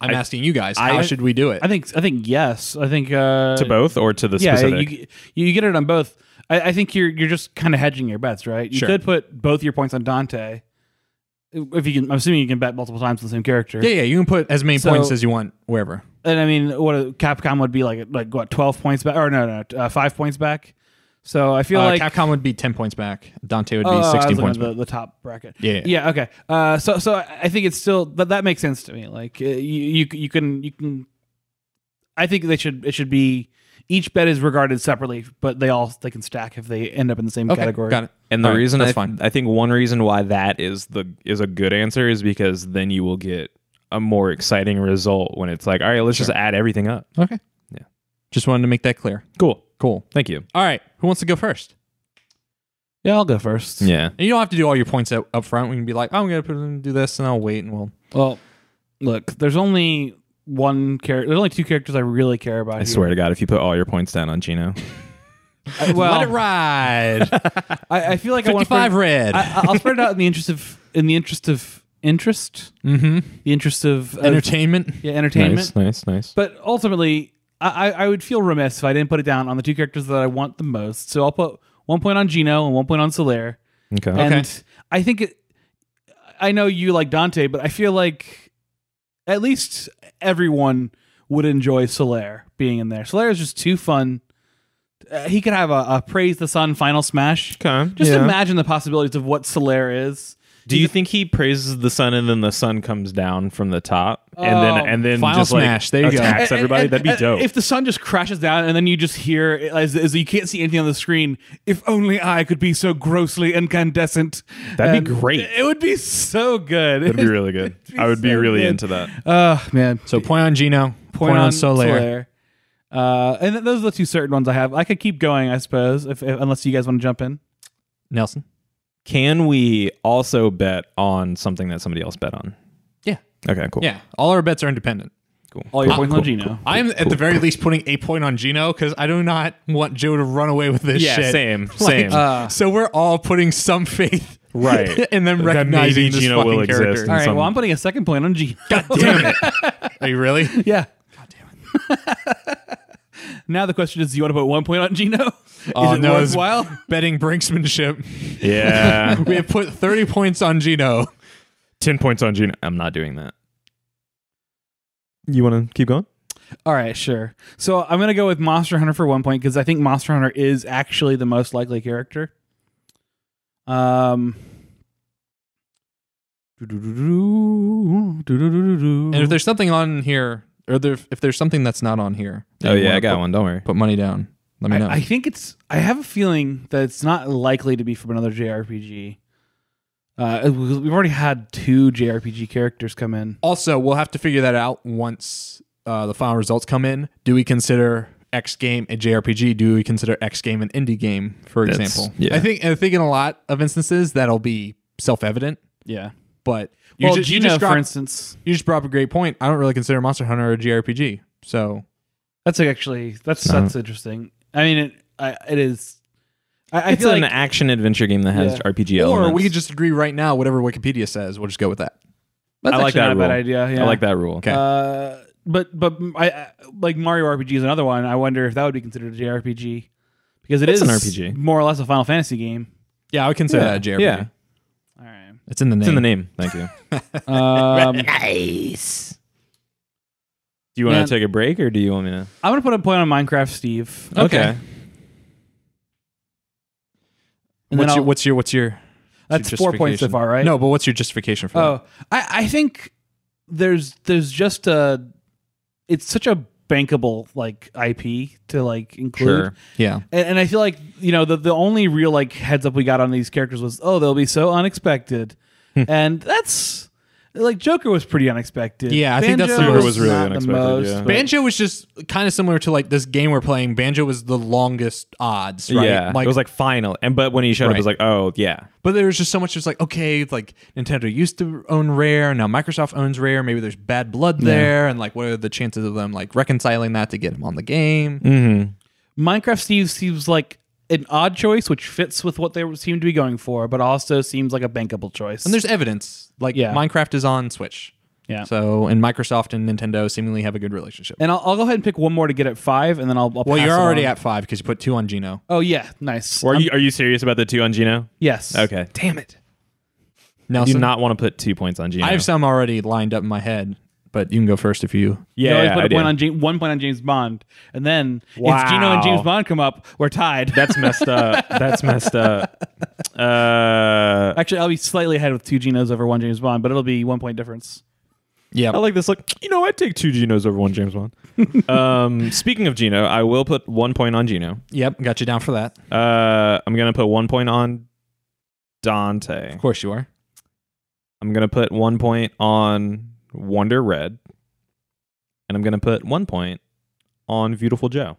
A: I'm asking you guys, how should we do it?
B: I think I think yes. I think uh,
C: to both or to the
B: yeah,
C: specific.
B: you you get it on both. I, I think you're you're just kind of hedging your bets, right? You
A: Sure.
B: could put both your points on Dante. If you can, I'm assuming you can bet multiple times on the same character.
A: yeah, yeah. You can put as many
B: So-
A: points as you want wherever.
B: And I mean, what Capcom would be like, like what, 12 points back? Or no, no, uh, five points back. So I feel
A: Uh,
B: like
A: Capcom would be ten points back. Dante would be
B: Oh, I was
A: sixteen
B: looking
A: points
B: at
A: back.
B: the, the top bracket.
A: Yeah.
B: Yeah. Okay. Uh, so so I I think it's still that that makes sense to me. Like uh, you you you can you can. I think they should it should be each bet is regarded separately, but they all they can stack if they end up in the same
A: okay,
B: category.
A: got it.
C: And the
A: All right,
C: reason
A: that's
C: I,
A: fine.
C: I think one reason why that is the is a good answer is because then you will get a more exciting result when it's like, all right, let's just add everything up.
A: Okay.
C: Yeah.
A: Just wanted to make that clear.
C: Cool.
A: Cool.
C: Thank you.
A: All right. Who wants to go first?
B: Yeah, I'll go first.
C: Yeah.
A: And you don't have to do all your points up, up front. We can be like, I'm gonna put in do this, and I'll wait, and we'll.
B: Well, look, there's only one character. There's only two characters I really care about.
C: I swear to God, if you put all your points down on Gino,
B: well,
A: Let it ride.
B: I, I feel like I want to.
A: 55 red.
B: I, I'll spread it out in the interest of in the interest of interest,
A: mm-hmm.
B: the interest of, of
A: Entertainment.
B: yeah, entertainment.
C: nice, nice, nice.
B: But ultimately, I, I I would feel remiss if I didn't put it down on the two characters that I want the most. So I'll put one point on Gino and one point on Solaire.
C: Okay.
B: And I think it, I know you like Dante, but I feel like at least everyone would enjoy Solaire being in there. Solaire is just too fun. Uh, he could have a, a praise the sun final smash.
C: Okay.
B: Just
C: Yeah.
B: imagine the possibilities of what Solaire is.
C: Do you think he praises the sun and then the sun comes down from the top and then
B: Oh,
C: and then
A: Final
C: just like,
A: smash, there you go.
C: attacks
B: And-
C: everybody?
B: and-
C: That'd be
B: and
C: dope.
B: If the sun just crashes down and then you just hear as, as you can't see anything on the screen, if only I could be so grossly incandescent.
C: That'd be
B: And
C: great.
B: It would be so good.
C: That'd be really good.
B: It'd be
C: I would be
B: so
C: really
B: good.
C: into that.
B: Oh man.
A: So point on Gino. Point,
B: Point
A: on Solaire.
B: Solaire. Uh, and th- those are the two certain ones I have. I could keep going, I suppose, if, if unless you guys want to jump in.
A: Nelson.
C: Can we also bet on something that somebody else bet on?
A: Yeah.
C: Okay, cool.
A: Yeah. All our bets are independent.
C: Cool.
B: All your
C: Cool,
B: points
C: Ah, cool,
B: on Gino.
C: cool.
A: I am at the very least putting a point on Gino because I do not want Joe to run away with this
C: Yeah,
A: shit.
C: same,
A: Like, uh,
C: same.
A: so we're all putting some faith,
C: Right.
A: and then
C: That
A: recognizing
C: maybe
A: this
C: Gino will
A: fucking character.
C: exist.
B: All right,
C: Some-
B: well, I'm putting a second point on Gino.
A: Damn it! Are you really?
B: yeah. God damn it. now the question is, do you want to put one point on Gino? Is
A: Oh,
B: it
A: no, it's-
B: worthwhile?
A: Betting brinksmanship.
C: yeah.
A: We have put thirty points on Gino.
C: 10 points on Gino. I'm not doing that. You want to keep going?
B: All right, sure. So I'm gonna go with Monster Hunter for one point because I think Monster Hunter is actually the most likely character. Um.
A: And
B: Mm-hmm.
A: if there's something on here, or there, if there's something that's not on here, that
C: Oh,
A: you
C: yeah,
A: wanna
C: I got
A: put,
C: one. Don't worry.
A: Put money down. Let me know.
B: I, I think it's. I have a feeling that it's not likely to be from another JRPG. Uh, we've already had two JRPG characters come in.
A: also, we'll have to figure that out once uh, the final results come in. Do we consider X game a JRPG? Do we consider X game an indie game, for
C: That's-
A: example?
C: yeah.
A: I think I think in a lot of instances that'll be self-evident.
B: Yeah.
A: But you,
B: Well,
A: ju- you
B: Gino,
A: just
B: for
A: dropped,
B: instance,
A: you just brought up a great point. I don't really consider Monster Hunter a JRPG, so
B: that's actually that's
C: No.
B: that's interesting. I mean, it I, it is. I, I
C: It's
B: feel
C: an
B: like
C: action adventure game that has
B: Yeah.
C: RPG
A: or
C: elements.
A: we could just agree right now whatever Wikipedia says. We'll just go with that.
B: that's
C: I like
B: actually
C: that
B: not a bad
C: rule.
B: idea. Yeah.
C: I like that rule.
A: Okay.
B: Uh, but but I, I like Mario RPG is another one. I wonder if that would be considered a JRPG because it
C: It's
B: is
C: an RPG.
B: more or less a Final Fantasy game.
A: Yeah, I would consider that a JRPG.
C: Yeah.
B: All right.
A: It's in the name.
C: It's in the name. Thank you.
B: Um,
A: Nice.
C: Do you want
B: Man.
C: to take a break or do you want me to?
B: I'm gonna put a point on Minecraft, Steve.
A: Okay.
B: And
A: What's
B: then
A: your,
B: I'll-
A: what's your what's your
B: That's
A: your
B: four points so
A: justification?
B: far, right?
A: No, but what's your justification for that?
B: Oh, I I think there's there's just a it's such a bankable like IP to like include.
C: Sure.
A: Yeah.
B: And, and I feel like you know the the only real like heads up we got on these characters was oh they'll be so unexpected, and that's like Joker was pretty unexpected.
A: Yeah, I think that's the
B: Banjo
A: most-
C: Joker was really
B: not the
C: unexpected,
B: most,
C: yeah.
B: but-
A: Banjo was just kind of similar to like this game we're playing. Banjo was the longest odds, right?
C: Yeah,
A: like,
C: it was like final, and but when he showed up, it was
A: Right.
C: like, oh yeah,
A: but there was just so much. Just like, okay, like Nintendo used to own Rare, now Microsoft owns Rare. Maybe there's bad blood there, and like, what are the chances of them like reconciling that to get him on the game?
B: Minecraft Steve seems like an odd choice, which fits with what they seem to be going for, but also seems like a bankable choice.
A: And there's evidence. Like,
B: Yeah.
A: Minecraft is on Switch.
B: Yeah.
A: So, and Microsoft and Nintendo seemingly have a good relationship.
B: and I'll, I'll go ahead and pick one more to get at five, and then I'll. I'll
A: well,
B: pass
A: you're
B: it
A: already
B: on.
A: at five because you put two on Gino.
B: Oh yeah, nice.
C: Or are
B: I'm-
C: you are you serious about the two on Gino?
B: yes.
C: Okay, damn it, I do
A: Nelson,
C: not want to put two points on Gino.
A: I have some already lined up in my head, but you can go first if you.
C: yeah,
B: You always
C: yeah,
B: put
C: I
B: a point
C: do.
B: on James, one point on James Bond, and then if Gino
C: Wow.
B: and James Bond come up, we're tied.
C: That's messed up. That's messed up. Uh,
B: Actually, I'll be slightly ahead with two Ginos over one James Bond, but it'll be one point difference.
A: Yeah.
C: I like this. Like, you know, I'd take two Genos over one James Bond. um, speaking of Gino, I will put one point on Gino.
A: Yep. Got you down for that.
C: Uh, I'm going to put one point on Dante.
A: Of course you are.
C: I'm going to put one point on Wonder Red. And I'm going to put one point on Beautiful Joe.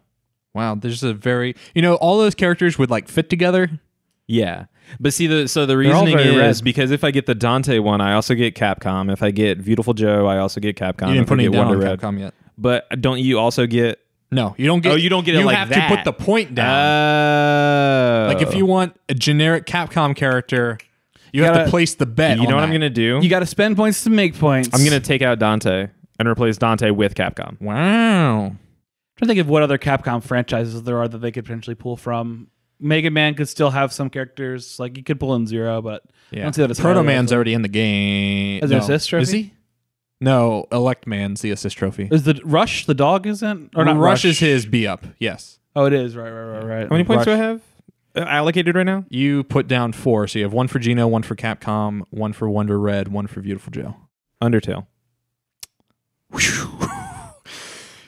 A: Wow, there's a very you know all those characters would like fit together.
C: Yeah. But see the so the
B: They're all
C: reasoning is
B: very red.
C: because if I get the Dante one, I also get Capcom. If I get Beautiful Joe, I also get Capcom.
A: You didn't
C: If I
A: put any
C: get
A: down on
C: Wonder Red.
A: Capcom yet.
C: But don't you also get
A: No, you don't get.
C: Oh, you don't get it
A: You
C: like
A: have
C: that.
A: to put the point down.
C: Oh.
A: like if you want a generic Capcom character, you, have to
B: gotta-
A: place the bet.
C: You know
A: on
C: what I'm
A: that.
C: going to do?
B: You got to spend points to make points.
C: I'm going to take out Dante and replace Dante with Capcom.
A: Wow.
B: trying to think of what other Capcom franchises there are that they could potentially pull from. Mega Man could still have some characters like you could pull in Zero, but I
A: Yeah.
B: don't see that as
A: Proto
B: highly
A: Man's
B: likely.
A: already in the game.
B: As an assist trophy?
A: Is he? No, Elect Man's the assist trophy.
B: is the Rush the dog isn't or not
A: Rush is his B up. Yes.
B: Oh, it is right, right, right, right.
C: How many points
B: Rush.
C: do I have uh, allocated right now?
A: You put down four, so you have one for Gino, one for Capcom, one for Wonder Red, one for Beautiful Joe.
C: Undertale.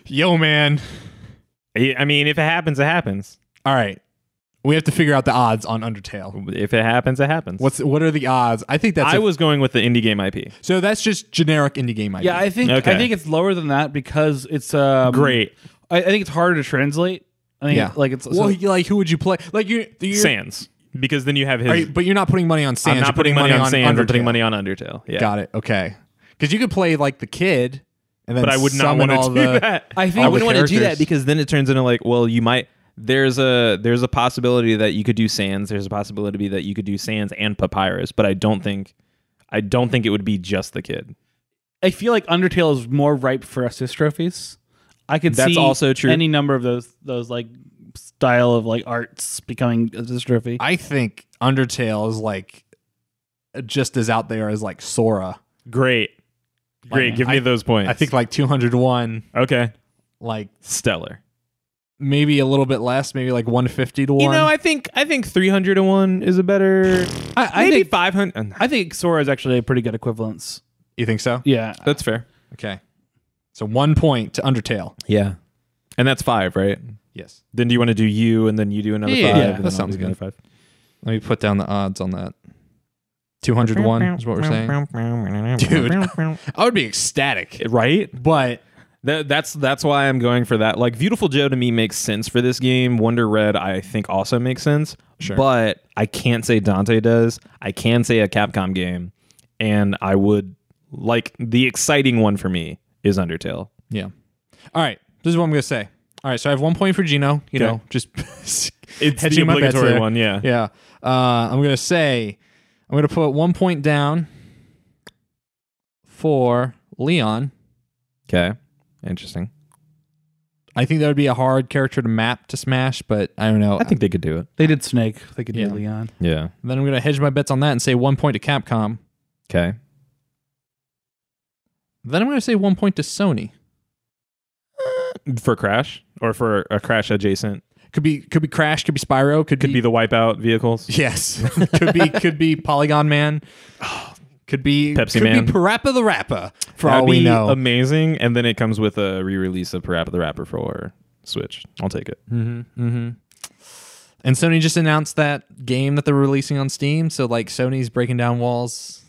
A: Yo, man.
C: I I mean, if it happens, it happens.
A: All right. We have to figure out the odds on Undertale.
C: If it happens, it happens.
A: What's what are the odds? I think that's
C: I
A: a-
C: was going with the indie game IP.
A: so. That's just generic indie game idea.
B: Yeah, I think
C: Okay.
B: I think it's lower than that because it's um,
C: Great.
B: I, I think it's harder to translate. I think
A: yeah.
B: like it's so-
A: well, you- like who would you play? Like you, you're,
C: Sans. Because then you have his.
A: are you- but you're not putting money on Sans.
C: I'm
A: you're
C: not putting money on Sans. I'm putting
A: Undertale.
C: money on Undertale. Yeah.
A: Got it. Okay. Because you could play like the kid, and then
C: But I would not
A: summon
C: want to
A: all
C: do
A: the,
C: that.
B: I think
C: I
A: all
C: wouldn't
A: the
C: want to do that
A: characters.
C: because then it turns into like, well, you might. There's a there's a possibility that you could do Sans. There's a possibility that you could do Sans and Papyrus, but I don't think, I don't think it would be just the kid.
B: I feel like Undertale is more ripe for assist trophies. I could
C: That's
B: see
C: also true.
B: any number of those those like style of like arts becoming assist trophy.
A: I think Undertale is like just as out there as like Sora.
C: Great, great.
A: Like,
C: Give me
A: I-
C: those points.
A: I think like 201,
C: okay,
A: like
C: stellar.
A: maybe a little bit less, maybe like 150 to one.
C: You know, I think I think three hundred to one is a better.
B: I, I
C: maybe
B: think
C: five hundred.
B: I think Sora is actually a pretty good equivalence.
A: you think so?
B: Yeah,
C: That's fair.
A: Okay. So one point to Undertale.
C: Yeah, and that's five, right?
A: Yes.
C: Then do you want to do you, and then you do another
A: Yeah,
C: five?
A: yeah,
C: and
A: that
C: then I'll
A: sounds
C: do another
A: good.
C: Five.
A: Let me put down the odds on that. 201 is what we're saying. Dude, I would be ecstatic,
C: Right?
A: but
C: That, that's that's why I'm going for that. Like Beautiful Joe to me makes sense for this game. Wonder Red I think also makes sense.
A: Sure.
C: But I can't say Dante does. I can say a Capcom game, and I would like the exciting one for me is Undertale.
A: yeah. All right. This is what I'm going to say. All right. So I have one point for Gino, you
C: Okay.
A: know, just
C: It's
A: hedging my bets there.
C: yeah.
A: Yeah. Uh, I'm going to say, I'm going to put one point down for Leon.
C: Okay. Interesting.
A: I think that would be a hard character to map to smash, but I don't know.
C: I think they could do it.
B: they did Snake. They could
A: Yeah.
B: do Leon.
C: Yeah.
A: then I'm going to hedge my bets on that and say one point to Capcom.
C: Okay.
A: Then I'm going to say one point to Sony.
C: For Crash or for a Crash adjacent.
A: Could be could be Crash, could be Spyro, could,
C: Could be the wipeout vehicles.
A: yes, could be could be Polygon Man. Could be
C: Pepsi
A: could
C: Man.
A: be Parappa the Rapper for all
C: That'd
A: we
C: be
A: know.
C: amazing. And then it comes with a re-release of Parappa the Rapper for Switch. I'll take it.
A: Mm-hmm, and Sony just announced that game that they're releasing on Steam. So like Sony's breaking down walls.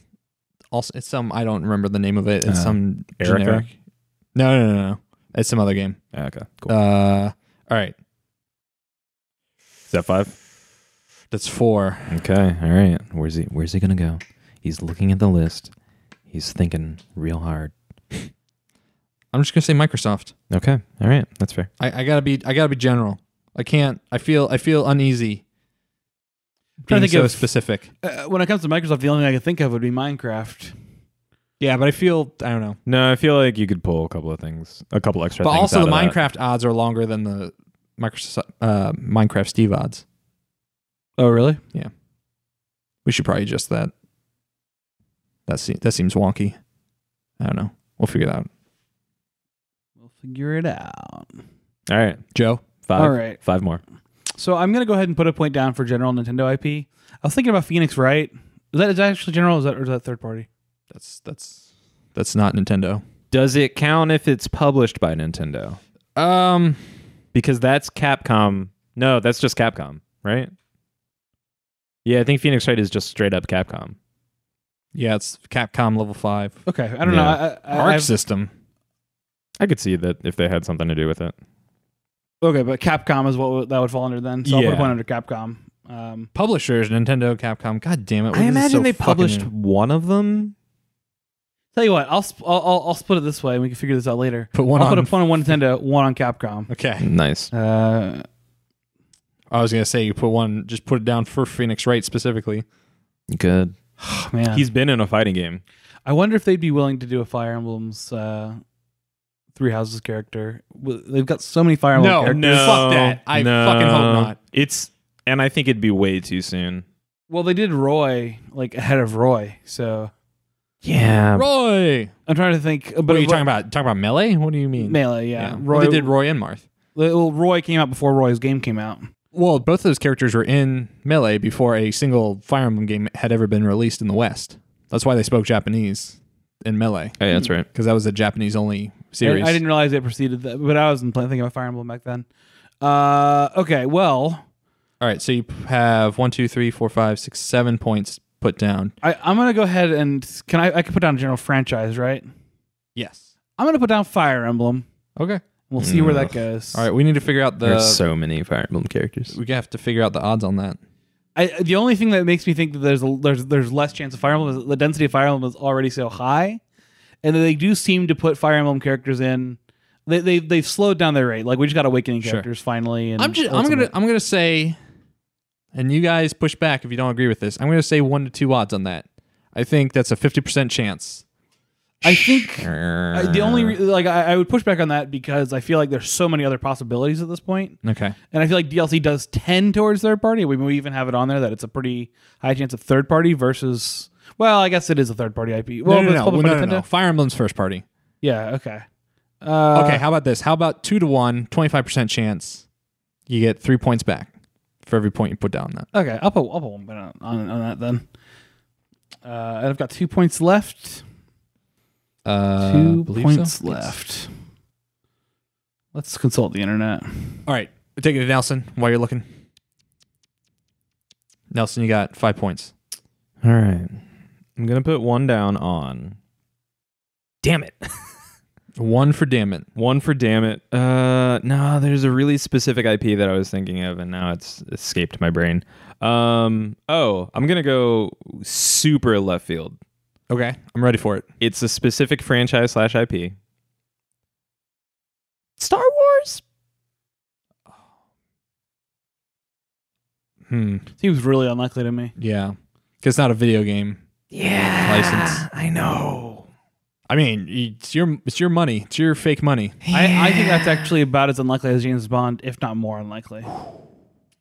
A: Also, it's some I don't remember the name of it. It's
C: Uh,
A: some
C: Erica?
A: generic. No, no, no, no. It's some other game.
C: Okay, cool.
A: Uh, all right,
C: Is that five?
A: that's four.
C: Okay, all right. Where's he? Where's he gonna go? He's looking at the list. He's thinking real hard.
A: I'm just gonna say Microsoft.
C: Okay, all right. That's fair.
A: I, I gotta be I gotta be general. I can't. I feel I feel uneasy. Being
B: trying to think
A: so
B: of-
A: specific.
B: Uh, when it comes to Microsoft, the only thing I can think of would be Minecraft.
A: Yeah, but I feel I don't know.
C: No, I feel like you could pull a couple of things, a couple extra.
A: but
C: things
A: also
C: out
A: the
C: of that.
A: Minecraft odds are longer than the Microsoft uh, Minecraft Steve odds.
B: Oh, really?
A: We should probably adjust that. That se- that seems wonky. I don't know. We'll figure it out.
B: We'll figure it out.
C: All right,
A: Joe,
C: five.
B: All right.
C: five more.
B: So I'm gonna go ahead and put a point down for general Nintendo IP. I was thinking about Phoenix Wright. Is that is that actually general? Or is that or is that third party?
A: that's that's that's not Nintendo.
C: Does it count if it's published by Nintendo?
A: Um,
C: Because that's Capcom. No, that's just Capcom, right? Yeah, I think Phoenix Wright is just straight up Capcom.
A: yeah, it's Capcom level five
B: Okay, I don't know. I, I,
A: Arc
B: I, I've-
A: system.
C: I could see that if they had something to do with it.
B: okay, but Capcom is what w- that would fall under then. So I'll put a
C: Yeah.
B: point under Capcom. Um,
A: Publishers: Nintendo, Capcom. God damn it! what is this so fucking new?
C: one of them.
B: tell you what, I'll, sp- I'll I'll I'll split it this way, and we can figure this out later.
A: Put one
B: I'll
A: on.
B: put a point on one Nintendo, one on Capcom.
A: okay,
C: Nice.
B: Uh,
A: I was gonna say you put one. Just put it down for Phoenix Wright specifically.
C: Good.
B: man,
C: He's been in a fighting game.
B: I wonder if they'd be willing to do a Fire Emblem's uh, Three Houses character. W- They've got so many Fire Emblem
A: No,
B: characters.
A: Fuck that. I fucking hope not.
C: It's and I think it'd be way too soon.
B: Well, they did Roy like ahead of Roy, so
C: Yeah.
A: Roy,
B: I'm trying to think. Um, But
A: what are you talking about? Talking about melee? What do you mean?
B: Melee, yeah.
A: Yeah.
B: Roy.
A: Well, they did Roy and Marth.
B: well, Roy came out before Roy's game came out.
A: Well, both those characters were in Melee before a single Fire Emblem game had ever been released in the West. That's why they spoke Japanese in Melee,
C: Oh, yeah, that's right.
A: because that was a Japanese only
B: I,
A: series.
B: I didn't realize it preceded that, but I wasn't playing, thinking about Fire Emblem back then. Uh, okay, well,
A: All right, so you have one, two, three, four, five, six, seven points put down.
B: I, I'm gonna go ahead and can I? I can put down a general franchise, right?
A: Yes.
B: I'm gonna put down Fire Emblem.
A: Okay.
B: We'll see where that goes.
A: Mm. All right, we need to figure out the.
C: There's so many Fire Emblem characters.
A: we have to figure out the odds on that.
B: I, the only thing that makes me think that there's a, there's there's less chance of Fire Emblem is that the density of Fire Emblem is already so high, and that they do seem to put Fire Emblem characters in. They they they've slowed down their rate. Like we just got Awakening
A: Sure.
B: characters finally. And
A: I'm just. I'm gonna.
B: Ultimate.
A: I'm gonna say, and you guys push back if you don't agree with this. I'm gonna say one to two odds on that. I think that's a fifty percent chance.
B: I think I, the
A: Uh.
B: only re- like I, I would push back on that because I feel like there's so many other possibilities at this point,
A: Okay.
B: and I feel like DLC does tend towards third party. We, we even have it on there that it's a pretty high chance of third party versus. Well, I guess it is a third party IP.
A: no,
B: Well, but
A: no,
B: it's
A: no,
B: published by
A: no, no, no.
B: Nintendo.
A: Fire Emblem's first party.
B: Yeah. Okay. Uh,
A: okay, how about this? How about two to one, 25% chance you get three points back for every point you put down that?
B: Okay, I'll put, I'll put one bit on, on, on that then. Uh, and I've got two points left.
A: Uh,
B: two
A: believe
B: points
A: so.
B: left. Let's consult the internet.
A: All right, take it to Nelson while you're looking. Nelson, you got five points.
C: All right. I'm gonna put one down on. Damn it.
A: One for damn it.
C: One for damn it. Uh, no, there's a really specific IP that I was thinking of, and now it's escaped my brain. Um, oh, I'm gonna go super left field.
A: Okay, I'm ready for it.
C: It's a specific franchise slash IP. Star Wars.
A: Hmm.
B: Seems really unlikely to me.
A: Yeah, because it's not a video game.
C: Yeah.
A: License.
C: Ah, I know.
A: I mean, it's your it's your money. It's your fake money.
B: I, I think that's actually about as unlikely as James Bond, if not more unlikely.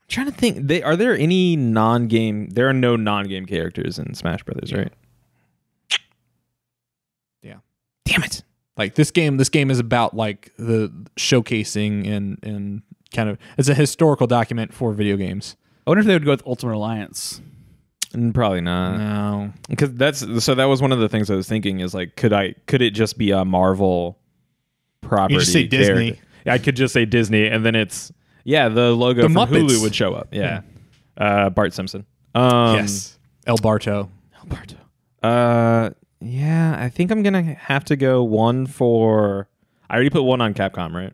C: trying to think. They are there any non-game? There are no non-game characters in Smash Brothers, right?
A: Yeah.
C: Damn it.
A: like this game this game is about like the showcasing and and kind of it's a historical document for video games
B: I wonder if they would go with Ultimate Alliance.
C: Mm, Probably not.
A: No.
C: because that's so that was one of the things I was thinking is like could I could it just be a Marvel property?
A: You just say
C: character?
A: Disney.
C: I could just say Disney, and then it's yeah the logo
A: The
C: from
A: Muppets.
C: Hulu would show up. Yeah, Uh, Bart Simpson. Um,
A: yes. El Barto.
C: Alberto. Uh, yeah, I think I'm gonna have to go one for. I already put one on Capcom, right?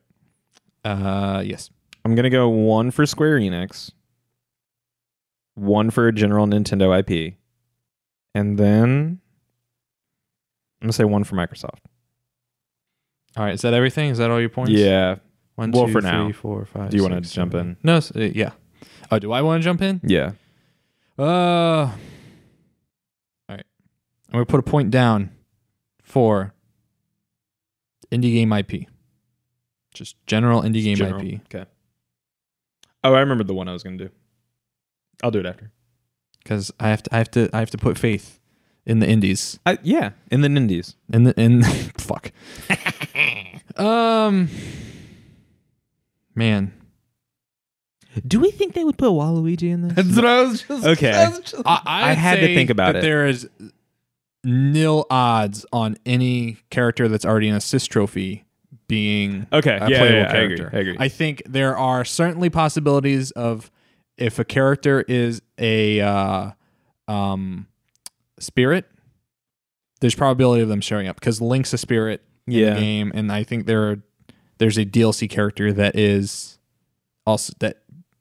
A: Uh, yes.
C: I'm gonna go one for Square Enix, one for general Nintendo IP, and then I'm gonna say one for Microsoft.
A: All right. Is that everything? Is that all your points?
C: Yeah.
A: One,
C: Well,
A: two,
C: for now.
A: three, four, five,
C: Do you wanna
A: six,
C: jump
A: seven.
C: in?
A: No. s- uh, yeah. Oh, do I want to jump in?
C: Yeah.
A: Uh. All right. I'm gonna put a point down for indie game IP. Just general indie game IP.
C: Okay. Oh, I remembered the one I was gonna do. I'll do it after.
A: because I have to, I have to, I have to put faith in the indies.
C: I, yeah, in the Nindies.
A: In the in, fuck. um, man,
C: Do we think they would put Waluigi in this?
B: That's what I was just.
C: Okay.
B: I was just-
A: I,
C: I had to
A: say
C: think about
A: that
C: it.
A: There is nil odds on any character that's already in a sys trophy being
C: Okay.
A: a
C: yeah,
A: playable
C: yeah, yeah, I agree,
A: character.
C: I agree.
A: think there are certainly possibilities of if a character is a uh, um, spirit, there's probability of them showing up because Link's a spirit in
C: Yeah.
A: the game, and I think there are, there's a DLC character that is also that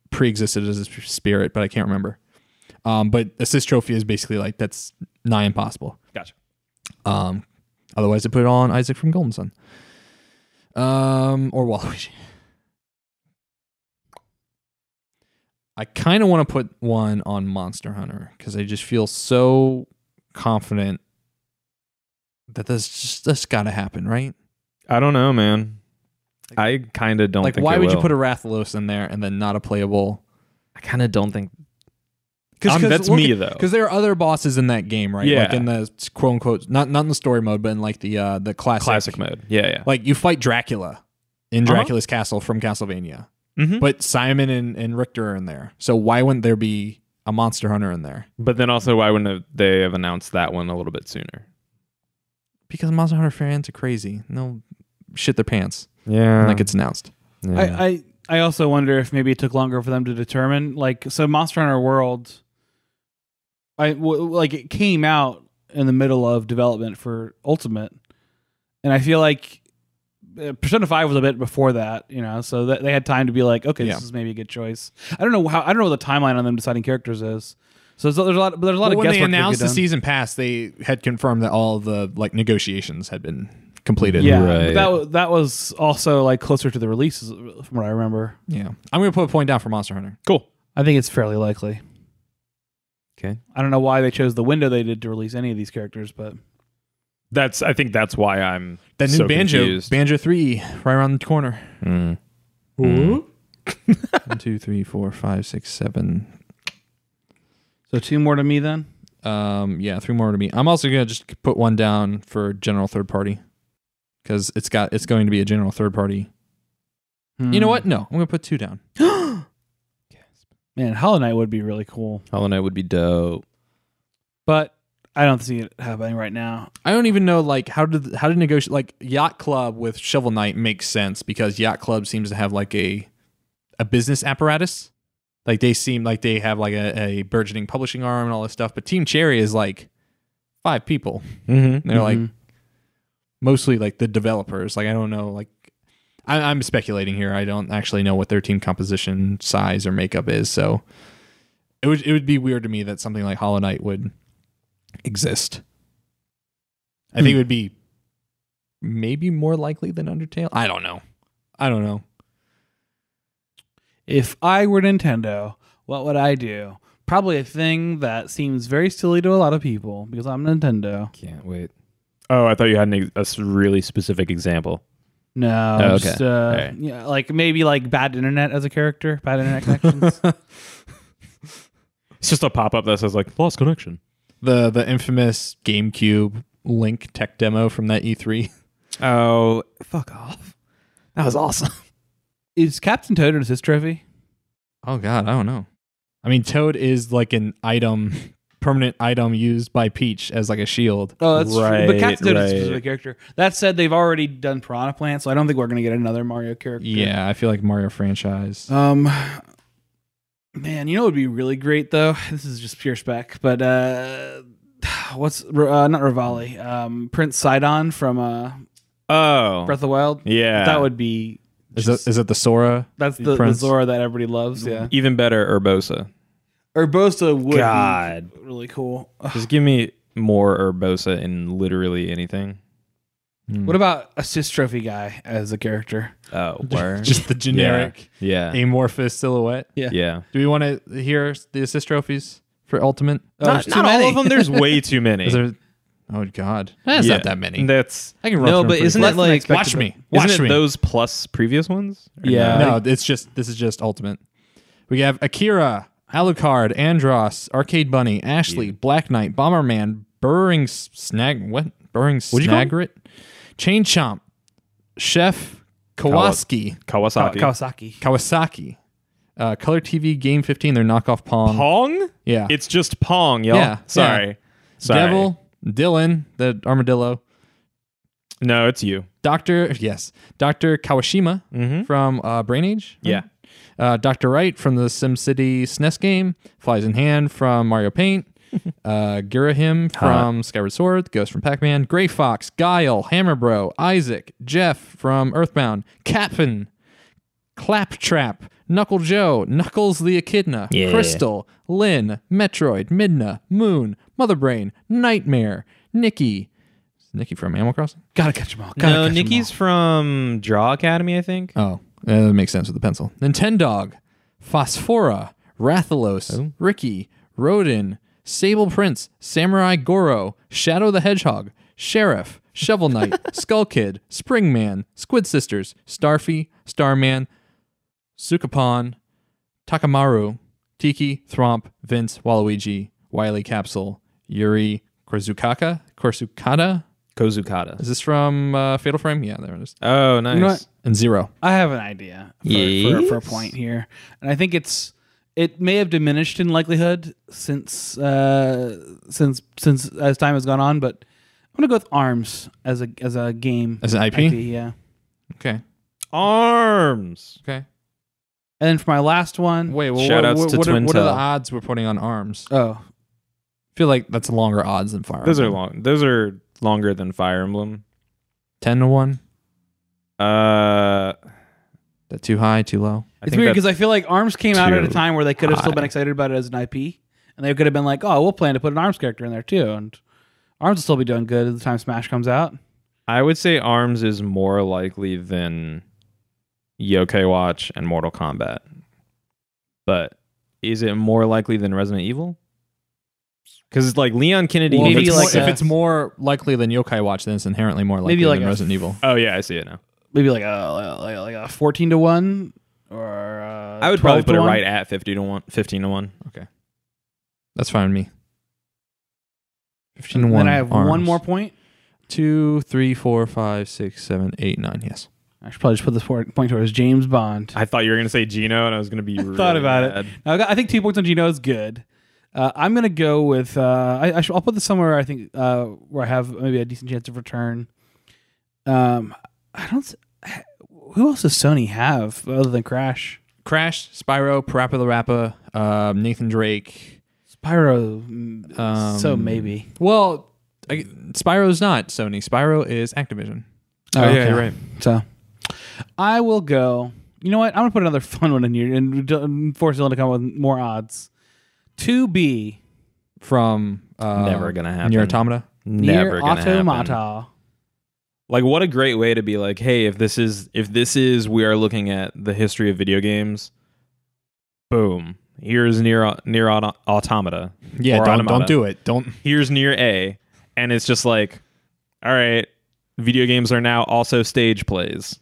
A: pre-existed as a sp- spirit, but I can't remember. Um, but assist trophy is basically like that's nigh impossible.
C: Gotcha.
A: Um, otherwise, I put it all on Isaac from Golden Sun. Um, or Waluigi. I kind of want to put one on Monster Hunter because I just feel so confident that this just that's got to happen, right?
C: I don't know, man. I kind of don't.
A: like,
C: think
A: why
C: it
A: would you
C: will.
A: put a Rathalos in there and then not a playable?
C: I kind of don't think.
A: Because
C: Um, that's me, though.
A: Because there are other bosses in that game, right? Like
C: Yeah.
A: in the quote unquote, not not in the story mode, but in like the uh, the classic
C: Classic mode. Yeah, yeah.
A: Like you fight Dracula in
C: Uh-huh.
A: Dracula's castle from Castlevania,
B: Mm-hmm.
C: Mhm.
A: but Simon and, and Richter are in there. So why wouldn't there be a Monster Hunter in there?
C: But then also, why wouldn't have- they have announced that one a little bit sooner?
A: Because Monster Hunter fans are crazy. No shit their pants
C: Yeah,
B: Uh-huh.
A: like it's announced.
B: I, I I also wonder if maybe it took longer for them to determine. Like, so Monster Hunter World, I w- like it came out in the middle of development for Ultimate, and I feel like uh, Persona Five was a bit before that, you know. So that they had time to be like, okay,
A: Yeah.
B: this is maybe a good choice. I don't know how I don't know what the timeline on them deciding characters is. So there's, there's a lot, but there's a lot
A: Well,
B: of
A: when
B: guesswork.
A: they
B: that could
A: announced
B: get
A: the
B: done.
A: season pass, they had confirmed that all the like negotiations had been completed.
B: yeah,
C: Right.
B: but that wa- that was also like closer to the releases, from what I remember.
A: yeah. I'm gonna put a point down for Monster Hunter.
C: cool.
B: I think it's fairly likely.
C: Okay,
B: I don't know why they chose the window they did to release any of these characters, but
C: that's. I think that's why I'm
A: That new
C: so
A: Banjo,
C: confused.
A: Banjo Three, right around the corner.
C: Mm.
A: Hmm. One, two, three, four, five, six, seven.
B: so two more to me then.
A: Um, yeah, three more to me. I'm also gonna just put one down for general third party because it's got it's going to be a general third party.
B: Hmm.
A: You
B: Mm.
A: know what? No, I'm gonna put two down.
B: man, Hollow Knight would be really cool,
C: Hollow Knight would be dope.
B: but I don't see it happening right now.
A: I don't even know like how did how did negotiate like Yacht Club with Shovel Knight makes sense because Yacht Club seems to have like a a business apparatus. Like they seem like they have like a, a burgeoning publishing arm and all this stuff. But Team Cherry is like five people.
C: Mm-hmm.
A: And they're like
B: Mhm.
A: mostly like the developers. Like I don't know, like I, I'm speculating here. I don't actually know what their team composition, size, or makeup is. So it would it would be weird to me that something like Hollow Knight would exist. I think it would be maybe more likely than Undertale. I don't know. I don't know.
B: if I were Nintendo, what would I do? Probably a thing that seems very silly to a lot of people because I'm Nintendo.
C: Can't wait. Oh, I thought you had an ex- a s- really specific example.
B: No,
C: Oh,
B: just
C: okay.
B: uh,
C: Alright.
B: yeah, like maybe like bad internet as a character, bad internet connections.
C: It's just a pop up that says like lost connection.
A: The the infamous GameCube Link tech demo from that E E3.
C: Oh, fuck off. That was awesome.
B: Is Captain Toad an assist trophy?
A: Oh God, I don't know. I mean, Toad is like an item permanent item used by Peach as like a shield.
B: Oh, that's true. But
C: Right,
B: Katsuto's a
C: right.
B: specific character. That said, they've already done Piranha Plant, so I don't think we're going to get another Mario character.
A: Yeah, Uh, I feel like Mario franchise.
B: Um, man, you know what would be really great though. This is just pure spec, but uh, what's uh, not Rivali? Um, Prince Sidon from uh
C: Oh,
B: Breath of the Wild.
C: yeah.
B: That would be.
A: Is it, is it the Sora?
B: That's the, the
A: Prince.
B: Zora that everybody loves. Yeah,
C: even better. Urbosa.
B: Urbosa would
C: God.
B: be really cool. Ugh.
C: Just give me more Urbosa in literally anything.
B: What about assist trophy guy as a character?
C: Oh, word.
A: Just the generic
C: yeah. Yeah.
A: amorphous silhouette.
B: Yeah.
C: yeah.
A: Do we want to hear the assist trophies for Ultimate?
B: Oh,
C: not
B: there's too
C: not all
B: many.
C: of them. There's way too many.
A: Is there, oh God, that's
C: Yeah.
A: not that many.
C: That's
A: I can run
C: no,
A: through
C: but
A: them
C: isn't
A: pretty
C: it
A: quick.
C: like
A: watch me, watch
C: Isn't it
A: me?
C: those uh, plus previous ones? Or
B: Yeah.
A: no, it's just this is just Ultimate. We have Akira, Alucard, Andross, Arcade Bunny, Ashley, Black Knight, Bomberman, Burring S- Snag what? Burring
C: you call him?
A: Snagrit, Chain Chomp, Chef Kowalski,
C: Kawasaki.
B: Kawasaki.
A: Kawasaki, uh, Color TV Game 15, their knockoff Pong.
C: Pong?
A: Yeah.
C: It's just Pong, y'all.
A: Yeah,
C: Sorry.
A: yeah.
C: Sorry.
A: Devil, Dylan, the armadillo,
C: No, it's you.
A: Doctor, yes, Doctor Kawashima from uh, Brain Age. right?
C: Mm-hmm. Yeah.
A: Uh, Doctor Wright from the SimCity SNES game, Flies in Hand from Mario Paint, uh, Girahim from Skyward Sword, Ghost from Pac Man, Gray Fox, Guile, Hammer Bro, Isaac, Jeff from Earthbound, Captain, Claptrap, Knuckle Joe, Knuckles the Echidna, Crystal, Lynn, Metroid, Midna, Moon, Mother Brain, Nightmare, Nikki. Is Nikki from Animal Crossing?
B: Gotta catch them all. Gotta
C: No,
B: catch 'em
C: Nikki's from Draw Academy, I think.
A: Oh, uh, that makes sense with the pencil. Nintendog, Phosphora, Rathalos, Ricky, Rodin, Sable Prince, Samurai Goro, Shadow the Hedgehog, Sheriff, Shovel Knight, Skull Kid, Springman, Squid Sisters, Starfy, Starman, Sukapon, Takamaru, Tiki, Thromp, Vince, Waluigi, Wily Capsule, Yuri, Korsukaka, Korsukata.
C: Kozukata.
A: Is this from uh, Fatal Frame? Yeah, there it is.
C: Oh, nice.
B: You know what?
A: And Zero.
B: I have an idea for, for, for a
C: Yes?
B: point here, and I think it's it may have diminished in likelihood since uh, since since as time has gone on. But I'm gonna go with Arms as a as a game
A: As an IP?
B: yeah.
A: Okay.
C: Arms.
A: Okay.
B: And then for my last one,
A: Wait, well, what,
C: Shoutouts
A: what,
C: to
A: what, are,
C: Twin
A: what are the
C: Tail.
A: odds we're putting on arms? I
B: oh
A: feel like that's longer odds than Fire
C: Those are
A: Emblem.
C: long. Those are longer than Fire Emblem.
A: 10 to 1. Is
C: Uh,
A: that too high, too low?
C: I
B: it's
C: think
B: weird
C: that's-
B: because I feel like Arms came out at a
C: too
B: time where they could have still been excited about it as an IP, and they could have been like, oh, we'll plan to put an Arms character in there too, and Arms will still be doing good at the time Smash comes out.
C: I would say Arms is more likely than Yokai Watch and Mortal Kombat. But is it more likely than Resident Evil? Because it's like Leon Kennedy.
B: Well,
A: if,
B: Maybe
A: it's
B: like
A: more, if
B: a-
A: it's more likely than Yokai Watch, then it's inherently more likely
B: Maybe like
A: than
B: a-
A: Resident Evil.
C: oh yeah, I see it now.
B: Maybe like a like a, like a fourteen to one or uh,
C: I would
B: 12
C: probably
B: to
C: put it
B: one.
C: right at fifty to one, fifteen to one.
A: That's fine with me. 15 to
B: And
A: 1.
B: Then I have one
A: Arms.
B: more point.
A: Two, three, four, five, six, seven, eight, nine. Yes.
B: I should probably just put this point point towards James Bond.
C: I thought you were gonna say Gino, and I was gonna be. really
B: thought about it.
C: mad.
B: Now, I, got, I think two points on Gino is good. Uh, I'm gonna go with. Uh, I, I should, I'll put this somewhere. I think uh, where I have maybe a decent chance of return. Um, I don't. s- Who else does Sony have other than Crash?
A: Crash, Spyro, Parappa the Rappa, um, Nathan Drake.
B: Spyro. mm,
A: Um,
B: so maybe.
A: Well, I, Spyro's not Sony. Spyro is Activision.
C: Oh, yeah,
B: okay.
C: you're right.
B: So I will go. You know what? I'm gonna put another fun one in here and d- force Dylan to come up with more odds. Two B
A: From uh,
C: Never gonna happen.
A: Near Automata.
B: near
C: Never gonna
B: automata.
C: happen. Like, what a great way to be like, hey, if this is if this is we are looking at the history of video games, boom. Here's near near Auto- Automata.
A: Yeah,
C: or
A: don't
C: Automata.
A: don't do it. Don't
C: Here's near A, and it's just like, all right, video games are now also stage plays.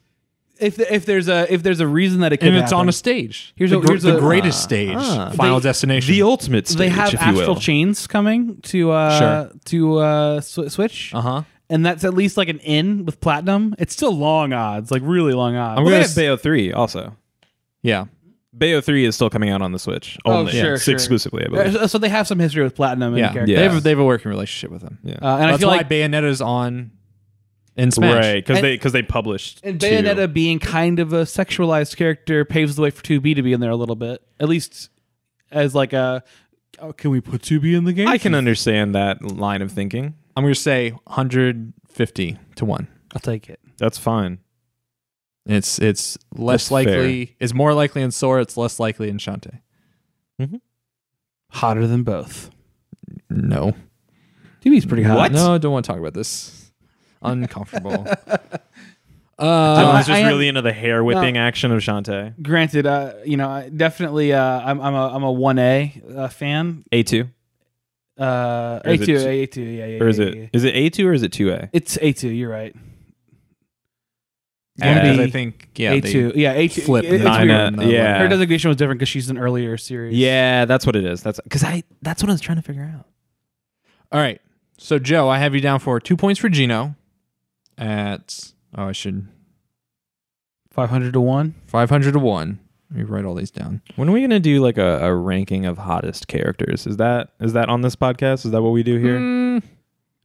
B: If the, if there's a if there's a reason that it could
A: and it's
B: happen,
A: on a stage.
B: Here's
A: the,
B: a-
A: gr-
B: here's
A: the
B: a-
A: greatest stage,
C: ah.
A: Final
B: They-
A: Destination.
C: The ultimate stage,
B: they have
C: if you
B: astral
C: will.
B: chains coming to uh
A: Sure.
B: to uh sw- switch,
A: uh huh.
B: and that's at least like an in with platinum. It's still long odds, like really long odds.
C: I'm
A: gonna
C: gonna
A: s-
C: have Bayo three also.
A: Yeah.
C: Bayo 3 is still coming out on the Switch.
B: Oh,
C: Only.
B: sure,
C: It's
B: sure.
C: exclusively, I believe.
B: Yeah, So they have some history with Platinum. And
A: Yeah,
B: characters.
A: They,
C: Yeah.
A: have, they have a working relationship with them.
C: Yeah.
B: Uh, and I
A: That's
B: feel
A: why
B: like
A: Bayonetta's on in Smash.
C: Right, because
B: And-
C: they because they published
B: and
C: two.
B: Bayonetta being kind of a sexualized character paves the way for 2B to be in there a little bit, at least as like a. Oh, can we put 2B in the game?
C: I can understand that line of thinking.
A: I'm going to say 150 to 1.
B: I'll take it.
C: That's fine.
A: And It's it's less
C: That's
A: likely. It's more likely in Sora. It's less likely in Shantae.
B: Hotter than both.
A: No.
B: 2B's pretty hot.
A: No, I don't want to talk about this. Uncomfortable.
C: I
A: uh,
C: was just
B: I am-
C: really into the hair whipping action of Shantae.
B: Granted, uh, you know, I definitely, uh, I'm, I'm a I'm a one A uh, fan.
C: A two
B: Uh,
C: Or
B: A
C: is
B: two,
C: it-
B: A two, yeah, yeah.
C: or is
B: yeah,
C: it
B: yeah.
C: is it A two or is it two A?
B: It's A two. You're right.
A: yeah, because
B: Wannabe
A: I think yeah,
B: A
A: they-
B: two, yeah, A two.
A: flip
B: It's
A: the
B: weird.
A: lineup.
C: Nina,
A: weird.
C: yeah,
B: Her designation was different because she's an earlier series.
C: yeah. That's what it is. That's because I that's what I was trying to figure out.
A: All right. So Joe, I have you down for two points for Gino. At oh, I should
B: five hundred to one.
A: five hundred to one. Let me write all these down.
C: When are we gonna do like a, a ranking of hottest characters? Is that is that on this podcast? Is that what we do here?
A: Mm,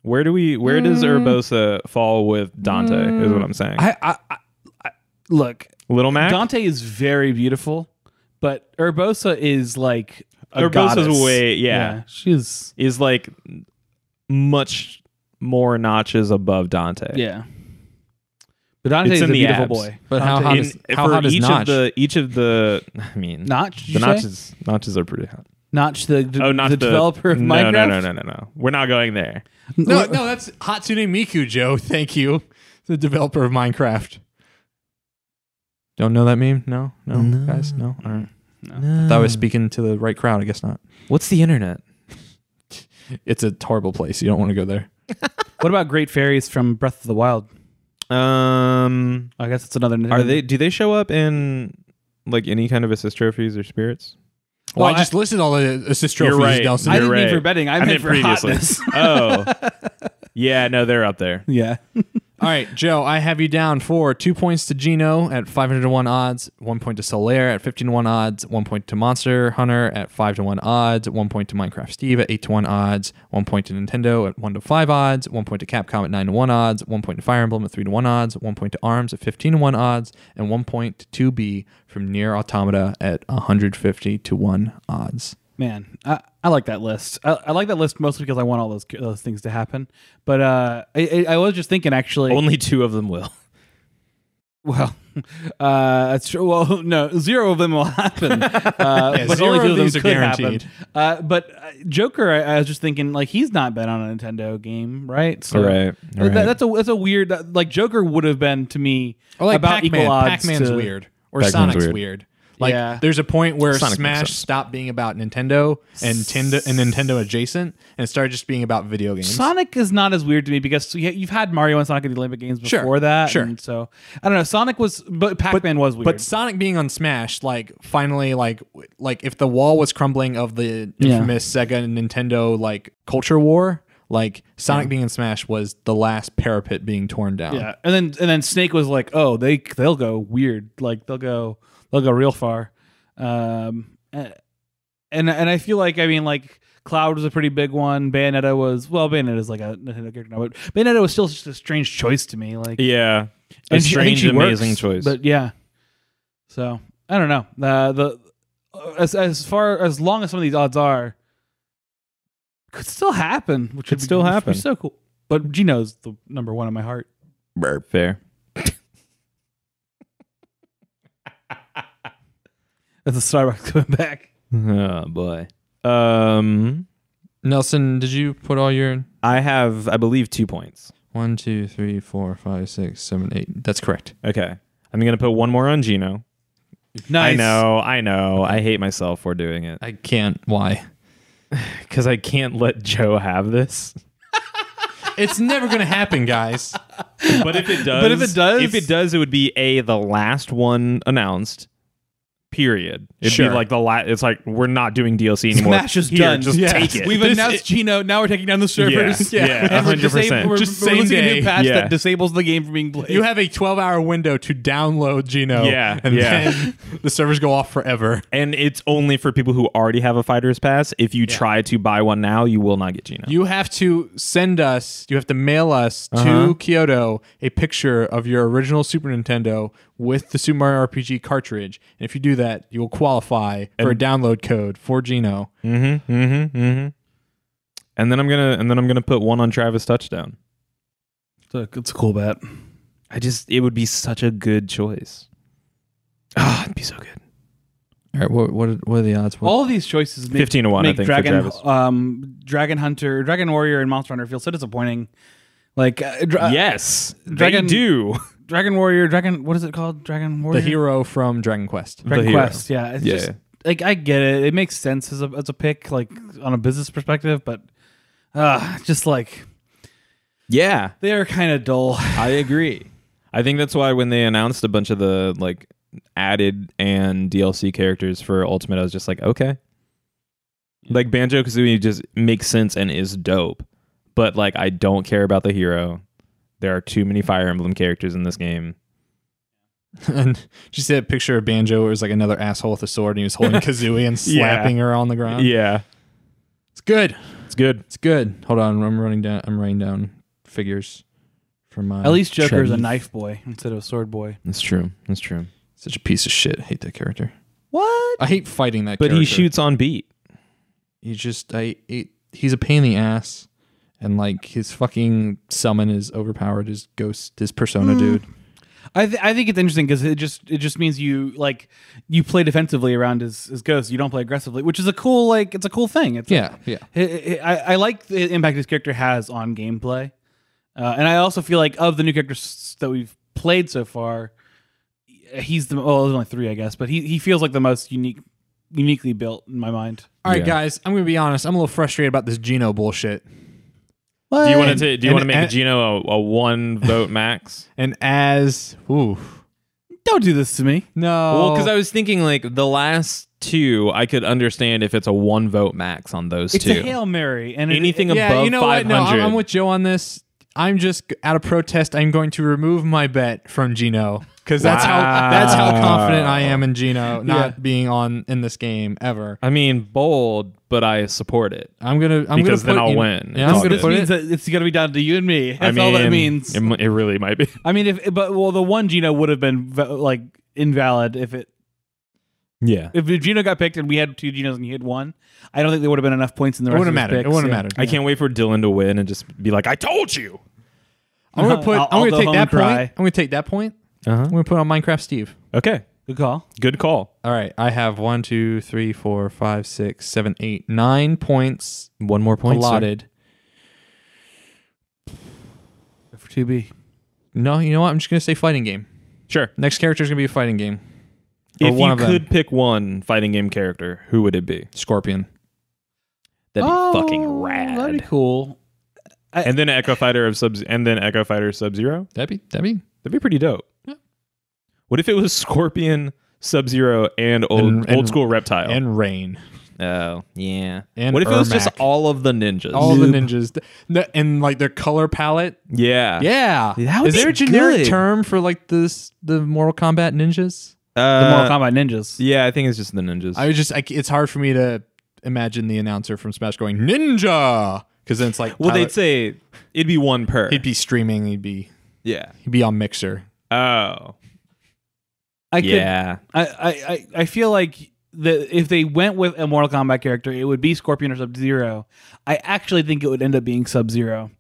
C: Where do we where does
A: Mm.
C: Urbosa fall with Dante? Is what I'm saying.
A: I, I, I
B: Look,
C: Little Mac.
B: Dante is very beautiful, but Urbosa is like a
C: Urbosa's
B: goddess.
C: way yeah.
B: she's
C: is like much more notches above Dante.
B: yeah. But Dante
C: It's
B: is
C: in
B: a
C: the
B: beautiful
C: abs.
B: boy.
A: But how
B: Dante
A: hot
C: In-
A: is- how
C: for
A: hot is
C: each
A: notch?
C: of the each of the I mean
B: Notch? did
C: the
B: you say?
C: notches notches are pretty hot.
B: Notch the, the
C: Oh, not
B: the, developer of
C: no,
B: Minecraft.
C: No, no, no, no, no. We're not going there.
A: no, no, that's Hatsune Miku, Joe. Thank you, the developer of Minecraft. Don't know that meme? No, no, guys, no. All right. Thought I was speaking to the right crowd. I guess not.
C: What's the internet?
A: It's a horrible place. You don't want to go there.
B: What about Great Fairies from Breath of the Wild?
C: Um,
B: I guess it's another.
C: are they? Do they show up in like any kind of assist trophies or spirits?
A: Well,
B: Well,
A: I just listed all the assist trophies.
C: right.
A: Nelson.
B: I
C: You're
B: didn't mean
C: right.
B: for betting. I,
C: meant
B: meant for
C: previously.
B: hotness.
C: Oh, yeah. No, they're up there.
B: yeah.
A: All right, Joe, I have you down for two points to Gino at 500 to 1 odds, one point to Solaire at 15 to 1 odds, one point to Monster Hunter at 5 to 1 odds, one point to Minecraft Steve at 8 to 1 odds, one point to Nintendo at 1 to 5 odds, one point to Capcom at 9 to 1 odds, one point to Fire Emblem at 3 to 1 odds, one point to ARMS at 15 to 1 odds, and one point to 2B from Near Automata at 150 to 1 odds.
B: Man, I, I like that list. I, I like that list mostly because I want all those those things to happen. But uh, I, I I was just thinking actually.
C: Only two of them will.
B: Well, uh, that's true. Well, no, zero of them will happen. Uh, but
A: zero
B: only two
A: of
B: of them
A: these are
B: could happen.
A: guaranteed.
B: Uh, but uh, Joker, I, I was just thinking, like he's not been on a Nintendo game, right? So
C: Right,
B: uh,
C: right.
B: that- that's a that's a weird. that- Like Joker would have been to me
A: Or like
B: about
A: Pac-Man.
B: equal odds.
A: Pac-Man's
B: to-
A: weird. Or
C: Pac-Man's
A: Sonic's weird.
C: weird.
A: Like
B: Yeah.
A: there's a point where
C: Sonic makes
A: Smash
C: sense.
A: stopped being about Nintendo and Tindo- and Nintendo adjacent and started just being about video games.
B: Sonic is not as weird to me because you- you've had Mario and Sonic at the Olympic Games
A: Sure,
B: before that.
A: sure.
B: And so I don't know. Sonic was, but Pac-Man was weird.
A: but Sonic being on Smash, like finally, like w- like if the wall was crumbling of the infamous Sega and Nintendo like culture war, like Sonic being in Smash was the last parapet being torn down.
B: Yeah, and then and then Snake was like, "Oh, they they'll go weird. Like they'll go they'll go real far." Um, and and I feel like I mean like Cloud was a pretty big one. Bayonetta was well, Bayonetta is like a Nintendo character now, but Bayonetta was still just a strange choice to me. Like
C: Yeah, a
B: and she- I
C: strange,
B: think she works,
C: amazing choice.
B: But yeah, so I don't know. Uh, the as as far as long as some of these odds are, could still happen. Which
C: Could
B: would be-
C: still
B: which would be
C: happen.
B: So cool. But Gino's the number one in my heart.
C: Fair.
B: That's the Starbucks coming back.
C: Oh boy. Um,
A: Nelson, did you put all your
C: I have, I believe, two points.
A: one, two, three, four, five, six, seven, eight? That's correct.
C: Okay, I'm gonna put one more on Gino.
B: Nice.
C: I know, I know. I hate myself for doing it
A: I can't. Why?
C: because I can't let Joe have this.
A: it's never gonna happen, guys.
C: But if it does,
B: But if it does-
C: if it does, it would be a the last one announced. Period. It'd
A: Sure.
C: be like the la- It's like we're not doing DLC anymore.
B: Smash is
C: Here,
B: done.
C: Just
B: Yeah.
C: take it.
B: We've
A: This-
B: announced
A: it-
B: Gino. Now we're taking down the servers.
C: Yeah, yeah,
B: And we're
C: 100%.
B: disab- We're,
A: Just
B: we're
A: same
B: releasing a
A: day.
B: new patch
C: Yeah.
B: that disables the game from being played.
A: You have a 12 hour window to download Geno.
C: Yeah,
A: And
C: yeah.
A: then the servers go off forever.
C: and it's only for people who already have a fighter's pass. If you try to buy one now, you will not get Gino.
A: You have to send us, you have to mail us to Kyoto a picture of your original Super Nintendo with the Super Mario RPG cartridge. And if you do that, you will qualify for a download code for Geno.
C: mm-hmm. Mm-hmm. Mm-hmm. And then I'm gonna and then I'm gonna put one on Travis touchdown.
B: It's a, it's a cool bet.
C: I just it would be such a good choice. Ah, it'd be so good.
A: All right, what, what, are, what are the odds?
B: All of these choices make
C: 15 to 1, I
B: Make
C: think, for
B: Dragon,
C: Travis.
B: um, Dragon Hunter, Dragon Warrior, and Monster Hunter feel so disappointing. Like uh, dra-
C: yes,
B: Dragon-
C: they do.
B: Dragon Warrior, Dragon. What is it called? Dragon
A: the
B: Warrior.
A: hero from Dragon Quest.
B: Dragon
C: The hero.
B: Quest. Yeah. It's
C: Yeah.
B: just like I get it. It makes sense as a as a pick, like on a business perspective, but uh just like
C: Yeah,
B: they are kind of dull.
C: I agree. I think that's why when they announced a bunch of the like added and DLC characters for Ultimate, I was just like, okay. Like Banjo Kazooie just makes sense and is dope, but like I don't care about the hero. There are too many Fire Emblem characters in this game.
A: and she said a picture of Banjo where it was like another asshole with a sword and he was holding Kazooie and
C: Yeah.
A: slapping her on the ground.
C: Yeah,
A: It's good.
C: it's good.
A: It's good. Hold on, I'm running down. I'm writing down figures for my.
B: At least Joker is a
A: Trev.
B: knife boy instead of a sword boy.
C: That's true. That's true.
A: Such a piece of shit. I hate that character.
B: What?
A: I hate fighting that.
C: But he
A: character.
C: shoots on beat.
A: He just. I. It, he's a pain in the ass, and like his fucking summon is overpowered. His ghost. His persona, dude.
B: I th- I think it's interesting because it just it just means you like you play defensively around his his ghost. You don't play aggressively, which is a cool like it's a cool thing. It's
A: Yeah. Yeah.
B: I, I I like the impact his character has on gameplay, uh, and I also feel like of the new characters that we've played so far, he's the well, there's only three, I guess, but he he feels like the most unique, uniquely built in my mind.
A: All right,
C: Yeah.
A: guys. I'm gonna be honest. I'm a little frustrated about this Geno bullshit.
C: Do you want
A: And-
C: to? Do you
A: and-
C: want to make
A: and-
C: Gino a, a one vote max?
A: And as ooh
B: Don't do this to me.
A: no.
C: Well, because I was thinking like the last two, I could understand if it's a one vote max on those
B: It's
C: two.
B: a hail mary, and it-
C: Anything
B: it-
C: ab- above
A: you know what? No,
C: 500.
A: I'm, I'm with Joe on this. I'm just out of protest. I'm going to remove my bet from Gino because that's how that's how confident I am in Gino not being on in this game ever.
C: I mean, bold, but I support it.
A: I'm gonna I'm
C: Because
A: gonna
C: then
A: put
C: I'll
A: you-
C: win.
A: Yeah, I'm
C: It's
A: gonna
B: this
A: put
B: means
A: it.
B: that it's gonna be down to you and me. That's
C: I mean,
B: all that means.
C: It, m- it really might be.
B: I mean, if but well, the one Gino would have been ve- like invalid if it
C: Yeah,
B: if Gino got picked and we had two Ginos and he had one. I don't think there would have been enough points in the
A: It
B: rest.
A: wouldn't
B: of his
A: matter. It
B: picks,
A: wouldn't
B: yeah.
A: matter.
C: I can't wait for Dylan to win and just be like, "I told you."
A: I'm gonna put.
B: I'll-
A: I'm
B: I'll
A: gonna
B: go
A: take
B: home
A: that
B: and
A: point.
B: cry. Uh-huh.
A: I'm gonna take that point.
C: Uh
A: I'm gonna put on Minecraft Steve.
C: Okay,
B: Good call.
C: good call.
A: All right, I have one, two, three, four, five, six, seven, eight, nine points
C: One more point. sir.
A: allotted.
B: For two B.
A: No, you know what? I'm just gonna say fighting game.
C: Sure.
A: Next character is gonna be a fighting game. Or
C: If
A: one
C: you
A: of them.
C: could pick one fighting game character, who would it be?
A: Scorpion.
C: That'd be fucking
B: Oh, That'd be
C: rad.
B: cool.
C: And then Echo Fighter of Sub, and then Echo Fighter Sub Zero.
A: That'd be that'd be
C: That'd be pretty dope.
A: Yeah.
C: What if it was Scorpion, Sub Zero, and old
A: And-
C: old
A: and-
C: school Reptile?
A: and rain.
C: oh yeah.
A: and
C: what if it was just
A: Ermac.
C: all of the ninjas?
A: All the ninjas Th- no, and like their color palette.
C: yeah.
A: Yeah,
C: That would
A: is there
C: be
A: a generic
C: good.
A: term for like this the Mortal Kombat ninjas?
B: The
C: Uh,
B: Mortal Kombat ninjas.
C: Yeah, I think it's just the ninjas.
A: I was just I, c- it's hard for me to imagine the announcer from Smash going ninja because then it's like
C: well,
A: Tyler-
C: they'd say it'd be one per.
A: he'd be streaming, he'd be
C: yeah.
A: he'd be on Mixer.
C: Oh.
B: I could,
C: yeah.
B: I, I, I, I feel like the if they went with a Mortal Kombat character, it would be Scorpion or Sub Zero. I actually think it would end up being Sub Zero.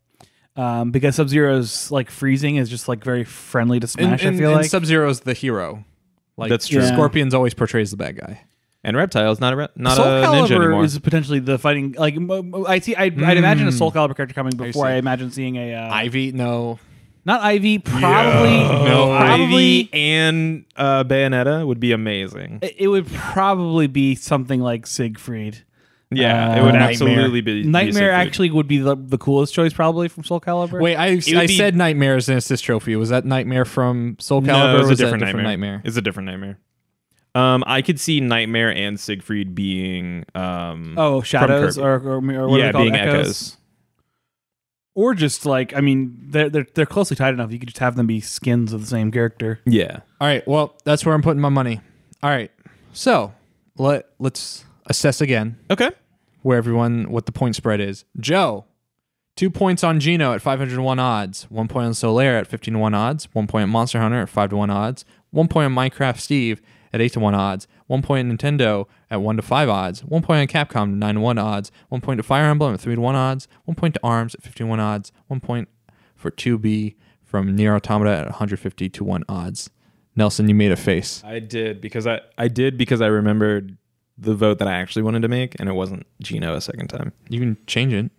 B: Um, because Sub Zero's like freezing is just like very friendly to Smash. I feel like
A: Sub Zero's the hero. Like
C: That's true.
B: Yeah.
A: Scorpions always portrays the bad guy.
C: And Reptile's not a re- not
B: Soul
C: a ninja
B: Calibur
C: anymore.
B: is potentially the fighting. Like mo- mo- I see, I'd, I'd imagine a Soul
C: Hmm.
B: Calibur character coming before
A: see.
B: I, imagine seeing a uh,
A: Ivy, no,
B: not Ivy, probably
A: No.
B: probably
C: Ivy and uh, Bayonetta would be amazing.
B: It it would probably be something like Siegfried.
C: Yeah,
B: Uh,
C: it would
A: Nightmare.
C: absolutely be be
B: Nightmare
C: Siegfried.
B: actually would be the, the coolest choice probably from Soul Calibur.
A: wait, I,
C: would
A: I
C: be-
A: said Nightmare is an assist trophy. Was that Nightmare from Soul Calibur? or
C: No, it was a
A: was that
C: different, nightmare.
A: nightmare?
C: It's a different nightmare. Um, I could see Nightmare and Siegfried being um,
B: Oh, shadows
C: Kirby.
B: or, or, or what are
C: yeah,
B: they called?
C: being
B: echoes?
C: echoes.
B: Or just like I mean, they're they're they're closely tied enough. You could just have them be skins of the same character.
C: Yeah,
A: All right. Well, that's where I'm putting my money. All right. So let let's assess again
C: okay.
A: where everyone what the point spread is. Joe, two points on Gino at 501 odds, one point on Solaire at 15 to one odds, one point on Monster Hunter at five to one odds, one point on Minecraft Steve at eight to one odds, one point on Nintendo at one to five odds, one point on Capcom at nine to one odds, one point to Fire Emblem at three to one odds, one point to Arms at 51 odds, one point for 2B from Near Automata at 150 to one odds. Nelson, you made a face.
C: I did because I I did because I remembered the vote that I actually wanted to make, and it wasn't Gino a second time.
A: You can change it.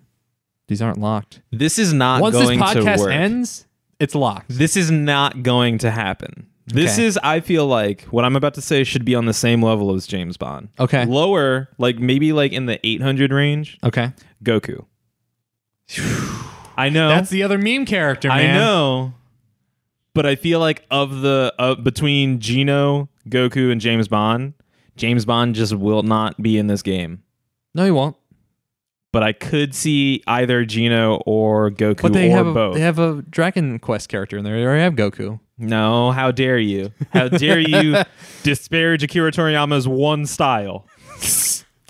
A: These aren't locked.
C: This is not
A: Once this
C: going to
A: podcast
C: work.
A: ends, it's locked.
C: This is not going to happen. This
A: Okay.
C: is I feel like what I'm about to say should be on the same level as James Bond.
A: Okay.
C: Lower, like maybe like in the 800 range,
A: Okay.
C: Goku. I know.
A: That's the other meme character,
C: I
A: man.
C: know. But I feel like of the uh, between Gino, Goku, and James Bond, James Bond just will not be in this game.
A: No, you won't.
C: But I could see either Gino or Goku
A: But they
C: or
A: have a,
C: both.
A: they have a Dragon Quest character in there. They already have Goku.
C: no, how dare you? How dare you disparage Akira Toriyama's one style?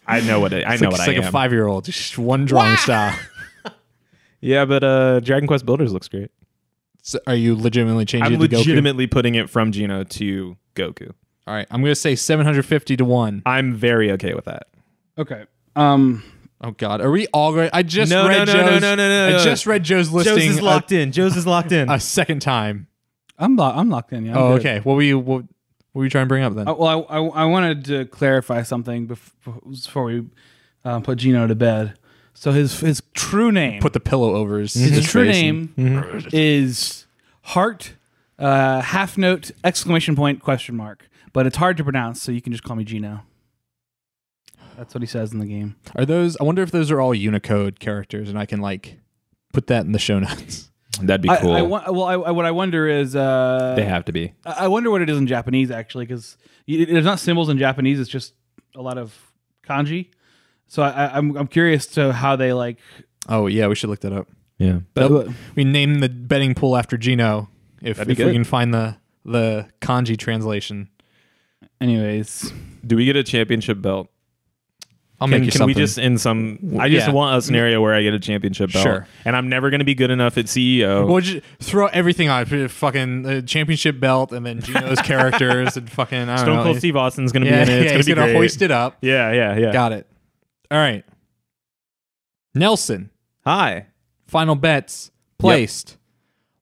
C: I know what it, I
A: It's
C: know
A: like,
C: what
A: it's
C: I
A: like
C: am.
A: a five year old, just one drawing style.
C: yeah, but uh, Dragon Quest Builders looks great.
A: So are you legitimately changing
C: I'm
A: it to Goku?
C: legitimately putting it from Gino to Goku.
A: All right, I'm gonna say 750 to one.
C: I'm very okay with that.
B: Okay. Um.
A: Oh God, are we all going? I just
C: No,
A: read
C: no, no,
A: Joe's.
C: no, no, no, no.
A: I just read Joe's listing.
C: Joe's is locked in. Joe's is locked in.
A: a, a second time.
B: I'm lo- I'm locked in. Yeah. I'm
A: Oh,
B: good.
A: okay. What were you? What, what were you trying to bring up
C: Oh.
A: then?
B: Uh, well, I, I I wanted to clarify something bef- before we uh, put Gino to bed. So his his true name.
A: Put the pillow over his,
B: His
A: his
B: true
A: face
B: name
C: Mm-hmm.
B: is Heart uh, Half Note exclamation point question mark. But it's hard to pronounce, so you can just call me Gino. That's what he says in the game.
A: and- Are those? I wonder if those are all Unicode characters, and I can like put that in the show notes.
C: That'd be
B: I-
C: cool.
B: I, won- well, I, I- what I wonder is uh,
C: they have to be.
B: I I wonder what it is in Japanese actually, because there's not symbols in Japanese. It's just a lot of kanji. So I, I, I'm I'm curious to how they like.
A: Oh yeah, we should look that up.
C: Yeah.
A: That-
B: That-
A: we name the betting pool after Gino if,
C: be
A: if we
C: good.
A: can find the the kanji translation.
B: Anyways,
C: Do we get a championship belt?
A: I'll
C: Can,
A: make you
C: can we
A: something.
C: just in some? I just
A: Yeah.
C: want a scenario where I get a championship belt,
A: Sure.
C: and I'm never going to be good enough at E CEO.
A: we'll just throw everything on it. fucking uh, championship belt and then Gino's characters and fucking I don't
C: Stone
A: know.
C: Cold Steve Austin's going to
A: yeah,
C: be in it.
A: yeah, he's
C: It's going to
A: gonna
C: be great.
A: hoist it up.
C: Yeah, yeah, yeah.
A: Got it. All right, Nelson.
C: Hi.
A: Final bets placed.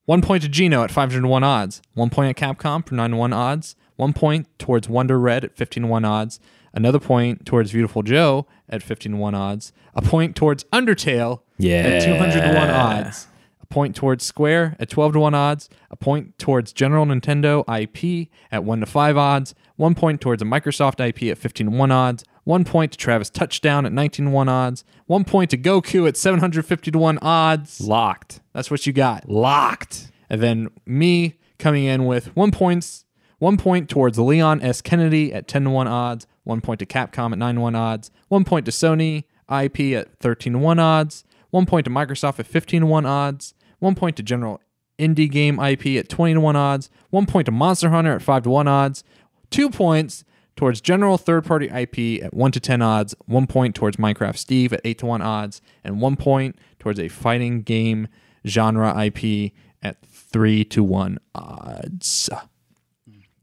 A: One point to Gino at 501 odds. One point at Capcom for 91 odds. One point towards Wonder Red at 151 odds. Another point towards Beautiful Joe at 151 odds. A point towards Undertale
C: Yeah.
A: at 201 odds. A point towards Square at 12 to 1 odds. A point towards General Nintendo IP at 1 to 5 odds. One point towards a Microsoft IP at 15 to 1 odds. One point to Travis Touchdown at 19 to 1 odds. One point to Goku at 750 to 1 odds.
C: Locked.
A: That's what you got.
C: Locked.
A: And then me coming in with one points, one point towards Leon S. Kennedy at ten to one odds, one point to Capcom at nine to one odds, one point to Sony IP at thirteen to one odds, one point to Microsoft at fifteen to one odds, one point to General Indie Game IP at twenty to one odds, one point to Monster Hunter at five to one odds, two points towards general third-party IP at 1 to 10 odds, 1 point towards Minecraft Steve at 8 to 1 odds, and 1 point towards a fighting game genre IP at 3 to 1 odds.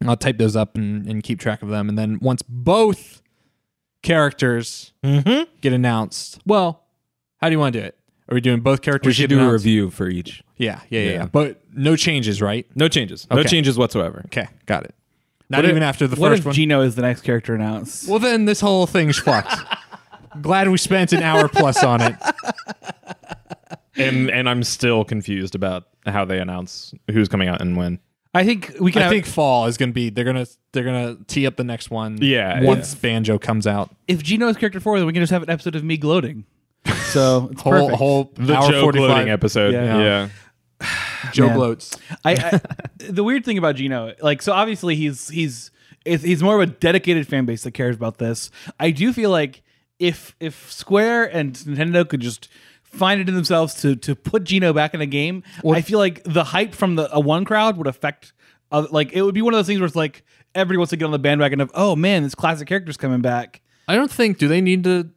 A: I'll type those up and, and keep track of them. And then once both characters
C: Mm-hmm.
A: get announced, well, how do you want to do it? Are we doing both characters?
C: We should
A: get
C: do a
A: announced?
C: review for each.
A: Yeah, yeah, yeah,
C: Yeah.
A: yeah. But no changes, right?
C: No changes. No
A: Okay.
C: changes whatsoever.
A: Okay, got it. Not
B: What if-
A: even after the
B: what
A: first
B: if
A: one.
B: Gino is the next character announced?
A: Well, then this whole thing's fucked. Glad we spent an hour plus on it.
C: And and I'm still confused about how they announce who's coming out and when.
B: I think we can.
A: I
B: have-
A: think fall is gonna be. They're gonna they're gonna tee up the next one.
C: Yeah,
A: once banjo comes out,
B: if Gino is character four, then we can just have an episode of me gloating. So it's
A: whole
B: perfect.
A: whole
C: The
A: hour
C: Joe
A: forty
C: gloating
A: five
C: episode.
B: Yeah.
C: yeah.
A: Joe
B: Man.
A: gloats.
B: I, I the weird thing about Gino, like, so obviously he's he's it's, he's more of a dedicated fan base that cares about this. I do feel like if if Square and Nintendo could just find it in themselves to to put Gino back in the game, I feel like the hype from the uh, one crowd would affect. Uh, like it would be one of those things where it's like everyone wants to get on the bandwagon of oh man, this classic character's coming back.
A: I don't think. Do they need to?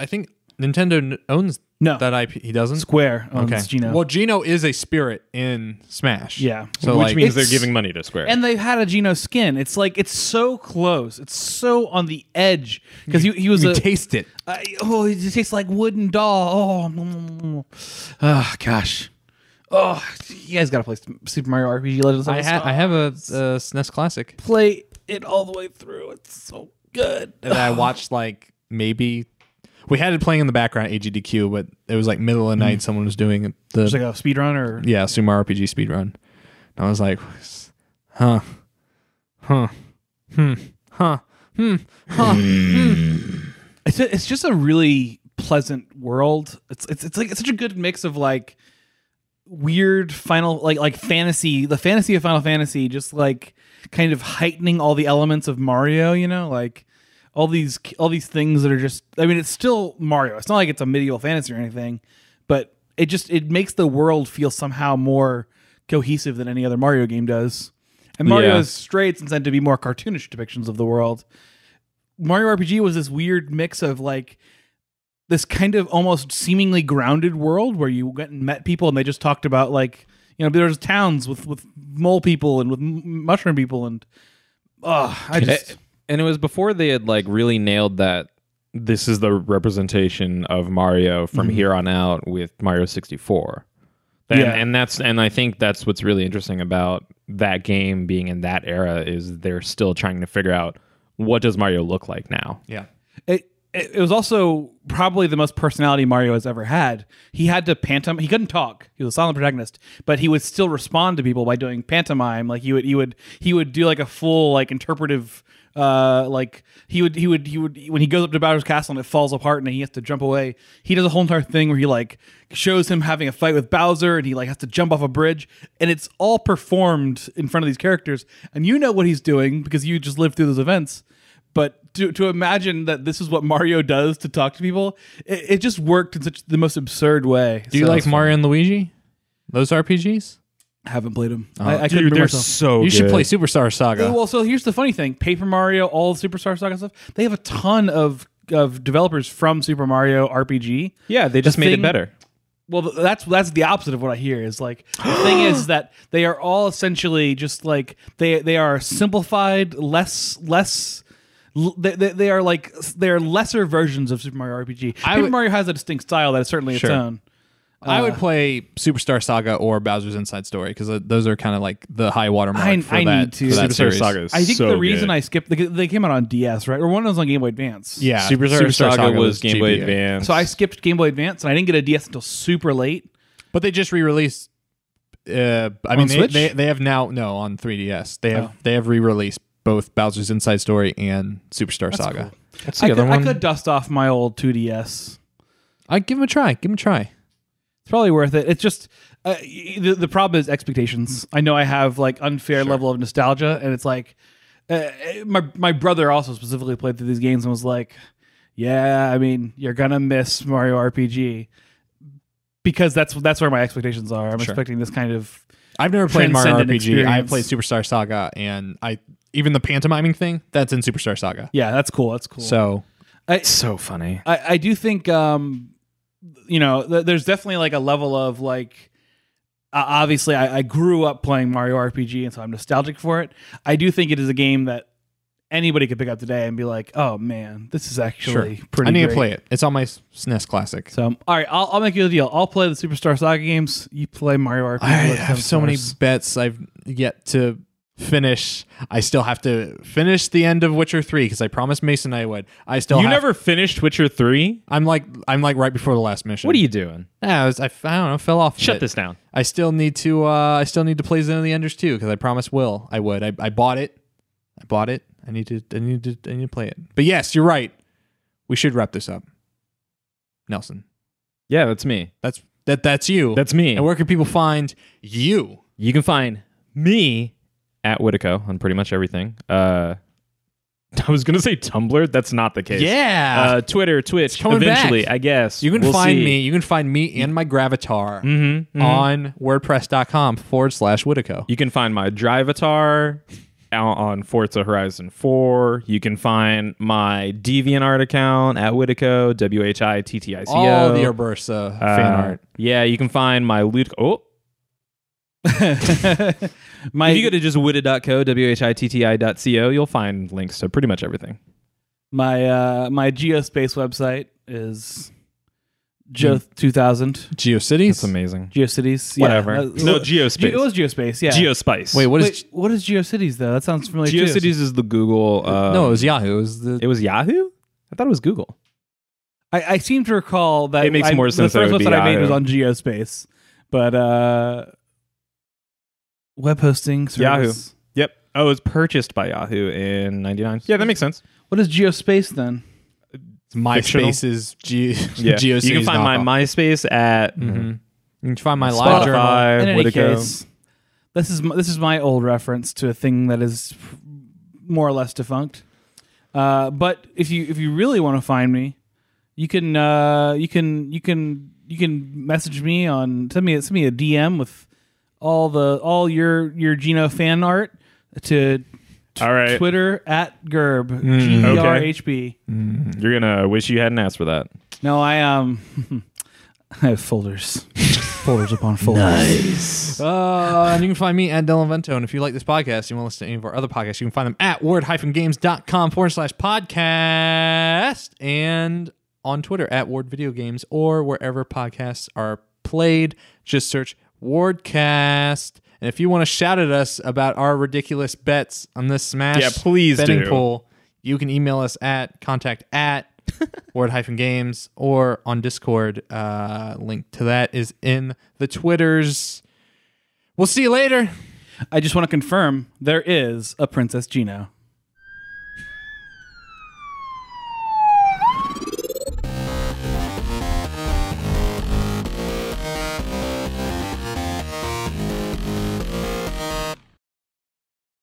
A: I think Nintendo n- owns
B: No.
A: that IP. He doesn't.
B: Square owns Gino.
A: Well, Gino is a spirit in Smash.
B: Yeah.
A: So
C: which
A: like,
C: means they're
B: it's-
C: giving money to Square.
B: and they've had a Gino skin. It's like it's so close. It's so on the edge because he, he was
A: you
B: a
A: taste it.
B: I, oh, it just tastes like wooden doll. Oh, mm, mm, mm. Ah, gosh. Oh, you guys got to play Super Mario RPG Legends. of
A: I,
B: the
A: ha-
B: Star.
A: I have a, a SNES classic
B: play it all the way through. It's so good.
A: that I watched like maybe we had it playing in the background AGDQ, but it was like middle of the night. Someone was doing the
B: Mm. It's like a speedrun or
A: yeah Sumo RPG speedrun. And I was like, huh, huh, hmm, huh, hmm, huh.
B: it's a, it's just a really pleasant world. It's it's it's like it's such a good mix of like weird final like like fantasy, the fantasy of Final Fantasy, just like kind of heightening all the elements of Mario. You know, like all these all these things that are just. I mean, it's still Mario. It's not like it's a medieval fantasy or anything, but it just it makes the world feel somehow more cohesive than any other Mario game does. And Mario
C: Yeah.
B: is straight since then to be more cartoonish depictions of the world. Mario RPG was this weird mix of like this kind of almost seemingly grounded world where you went and met people and they just talked about like you know there's towns with with mole people and with m- mushroom people and oh I just
C: A- and it was before they had like really nailed that this is the representation of Mario from here on out with Mario 64. And,
B: Yeah.
C: and that's and I think that's what's really interesting about that game being in that era is they're still trying to figure out what does Mario look like now.
A: Yeah.
B: it, it, it was also probably the most personality Mario has ever had. He had to pantomime. He couldn't talk. He was a silent protagonist, but he would still respond to people by doing pantomime. Like he would, he would, he would do like a full like interpretive. Uh, like he would, he would, he would. When he goes up to Bowser's castle and it falls apart and he has to jump away, he does a whole entire thing where he like shows him having a fight with Bowser and he like has to jump off a bridge and it's all performed in front of these characters and you know what he's doing because you just lived through those events but to, to imagine that this is what Mario does to talk to people, it, it just worked in such the most absurd way.
A: Do you like Mario and Luigi? Those RPGs?
B: haven't played them.
A: Uh-huh.
B: I, I couldn't bring myself.
C: so
A: you should play Superstar Saga.
B: well, so here's the funny thing: Paper Mario, all the Superstar Saga stuff. They have a ton of of developers from Super Mario RPG.
C: Yeah, they just
B: The
C: made
B: thing-
C: it better.
B: Well, th- that's that's the opposite of what I hear. Is like the thing is that they are all essentially just like they they are simplified, less less. l- They, they, they are like they are lesser versions of Super Mario RPG. Super
A: would-
B: Mario has a distinct style that is certainly
A: Sure.
B: its own.
A: I
B: Uh,
A: would play Superstar Saga or Bowser's Inside Story because those are kind of like the high watermark
B: I-
A: for
B: I
A: that,
B: need to.
A: for that
C: Superstar
A: series.
C: Saga is
B: I think
C: so
B: the reason
C: good.
B: I skipped they, they came out on DS right or one of those on Game Boy Advance.
A: Yeah,
C: Superstar, Saga, was Game Boy
A: GBA.
C: Advance.
B: So I skipped Game Boy Advance and I didn't get a DS until super late.
A: But they just re-released. Uh, I mean, they,
B: Switch?
A: they they have now no on 3DS. They have
B: Oh.
A: they have re-released both Bowser's Inside Story and Superstar Saga.
C: That's
B: I
C: the
B: could,
C: other
B: I
C: one.
B: could dust off my old 2DS.
A: I give him a try. Give him a try.
B: It's probably worth it. It's just uh, y- the the problem is expectations. I know I have like unfair level of nostalgia, and it's like uh, my my brother also specifically played through these games and was like, "Yeah, I mean, you're gonna miss Mario RPG because that's that's where my expectations are. I'm expecting this kind of
A: I've never played Mario
B: Transcendent
A: RPG. I
B: experience.
A: played Superstar Saga, and I even the pantomiming thing that's in Superstar Saga.
B: yeah, that's cool, that's cool.
A: So
C: so funny.
B: I, I do think um you know th- there's definitely like a level of like uh, obviously I, I grew up playing mario rpg and so i'm nostalgic for it i do think it is a game that anybody could pick up today and be like oh man this is actually pretty
A: I need to
B: great."
A: play it. It's on my S- SNES Classic.
B: so all right I'll, I'll make you a deal i'll play the superstar saga games you play mario rpg
A: I
B: Let's
A: have so many
B: ours.
A: bets I've yet to finish. I still have to finish the end of Witcher Three because I promised Mason I would. I still
C: You
A: have-
C: never finished Witcher 3?
A: I'm like I'm like right before the last mission.
C: What are you doing?
A: Yeah, I, was, I, f- I don't know. Fell off. a
C: Shut
A: bit.
C: this down.
A: I still need to. Uh, I still need to play Zen of the Enders too because I promised Will I would. I, I bought it. I bought it. I need to. I need to. I need to play it. But yes, you're right. We should wrap this up. Nelson,
C: Yeah, that's me.
A: that's that. That's you.
C: That's me.
A: And where can people find you?
C: You can find me at Whitico on pretty much everything. Uh, I was gonna say Tumblr. That's not the case.
A: Yeah.
C: Uh, Twitter, Twitch.
A: coming back.
C: eventually, I guess
A: You can
C: We'll
A: find
C: see. Mm-hmm.
A: me. Uh-huh. You can find me and my Gravatar on WordPress.com forward slash Whitico.
C: You can find my Drivatar out on Forza Horizon 4. You can find my DeviantArt account at Whitico, W H I T T I C O. Uh,
A: All the Urbursa fan art.
C: Yeah, you can find my loot. Oh,
B: My
C: if you go to just witta.co, W H I T T I dot C O, you'll find links to pretty much everything.
B: my uh my geospace website is
A: Hmm.
B: Joe two thousand
C: It's
A: GeoCities.
C: amazing.
B: GeoCities. yeah.
C: Whatever.
B: Uh,
C: no, Geospace.
B: Ge- it was Geospace. Yeah.
C: Geospace.
A: Wait, what is?
B: Wait, what is GeoCities though? That sounds familiar. too.
C: Geocities is the Google. Uh,
A: no, it was Yahoo. It was the
C: it was Yahoo? I thought it was Google.
B: I, I seem to recall that
C: It makes
B: I-
C: more sense
B: The
C: that it
B: first
C: would be
B: website I made
C: Yahoo.
B: was on Geospace, but uh, web hosting service.
C: Yahoo. Yep. Oh, it was purchased by Yahoo in 99. Yeah, that makes sense.
B: What is Geospace then?
C: Fictional.
A: MySpace's Ge-
C: yeah.
A: GeoCities.
C: You can find my
A: knockoff.
C: MySpace at
A: Mhm. You can find my live journal.
C: Spotify.
B: In any
C: Whitico.
B: case, this is my, this is my old reference to a thing that is more or less defunct. Uh, but if you if you really want to find me, you can uh, you can you can you can message me on send me send me a DM with all the all your your Gino fan art to
C: All right,
B: Twitter at Gerb G E R H B.
C: you're gonna wish you hadn't asked for that.
B: No, I um I have folders, folders upon folders.
A: Uh, and you can find me at Dylan Vento. And if you like this podcast, you want to listen to any of our other podcasts, you can find them at word-games.com forward slash podcast and on Twitter at Ward Video Games or wherever podcasts are played. Just search Wardcast. And if you want to shout at us about our ridiculous bets on this Smash
C: Yeah, please
A: betting
C: do.
A: pool, you can email us at contact at word hyphen games or on Discord. Uh, link to that is in the Twitters. We'll see you later.
B: I just want to confirm there is a Princess Gino.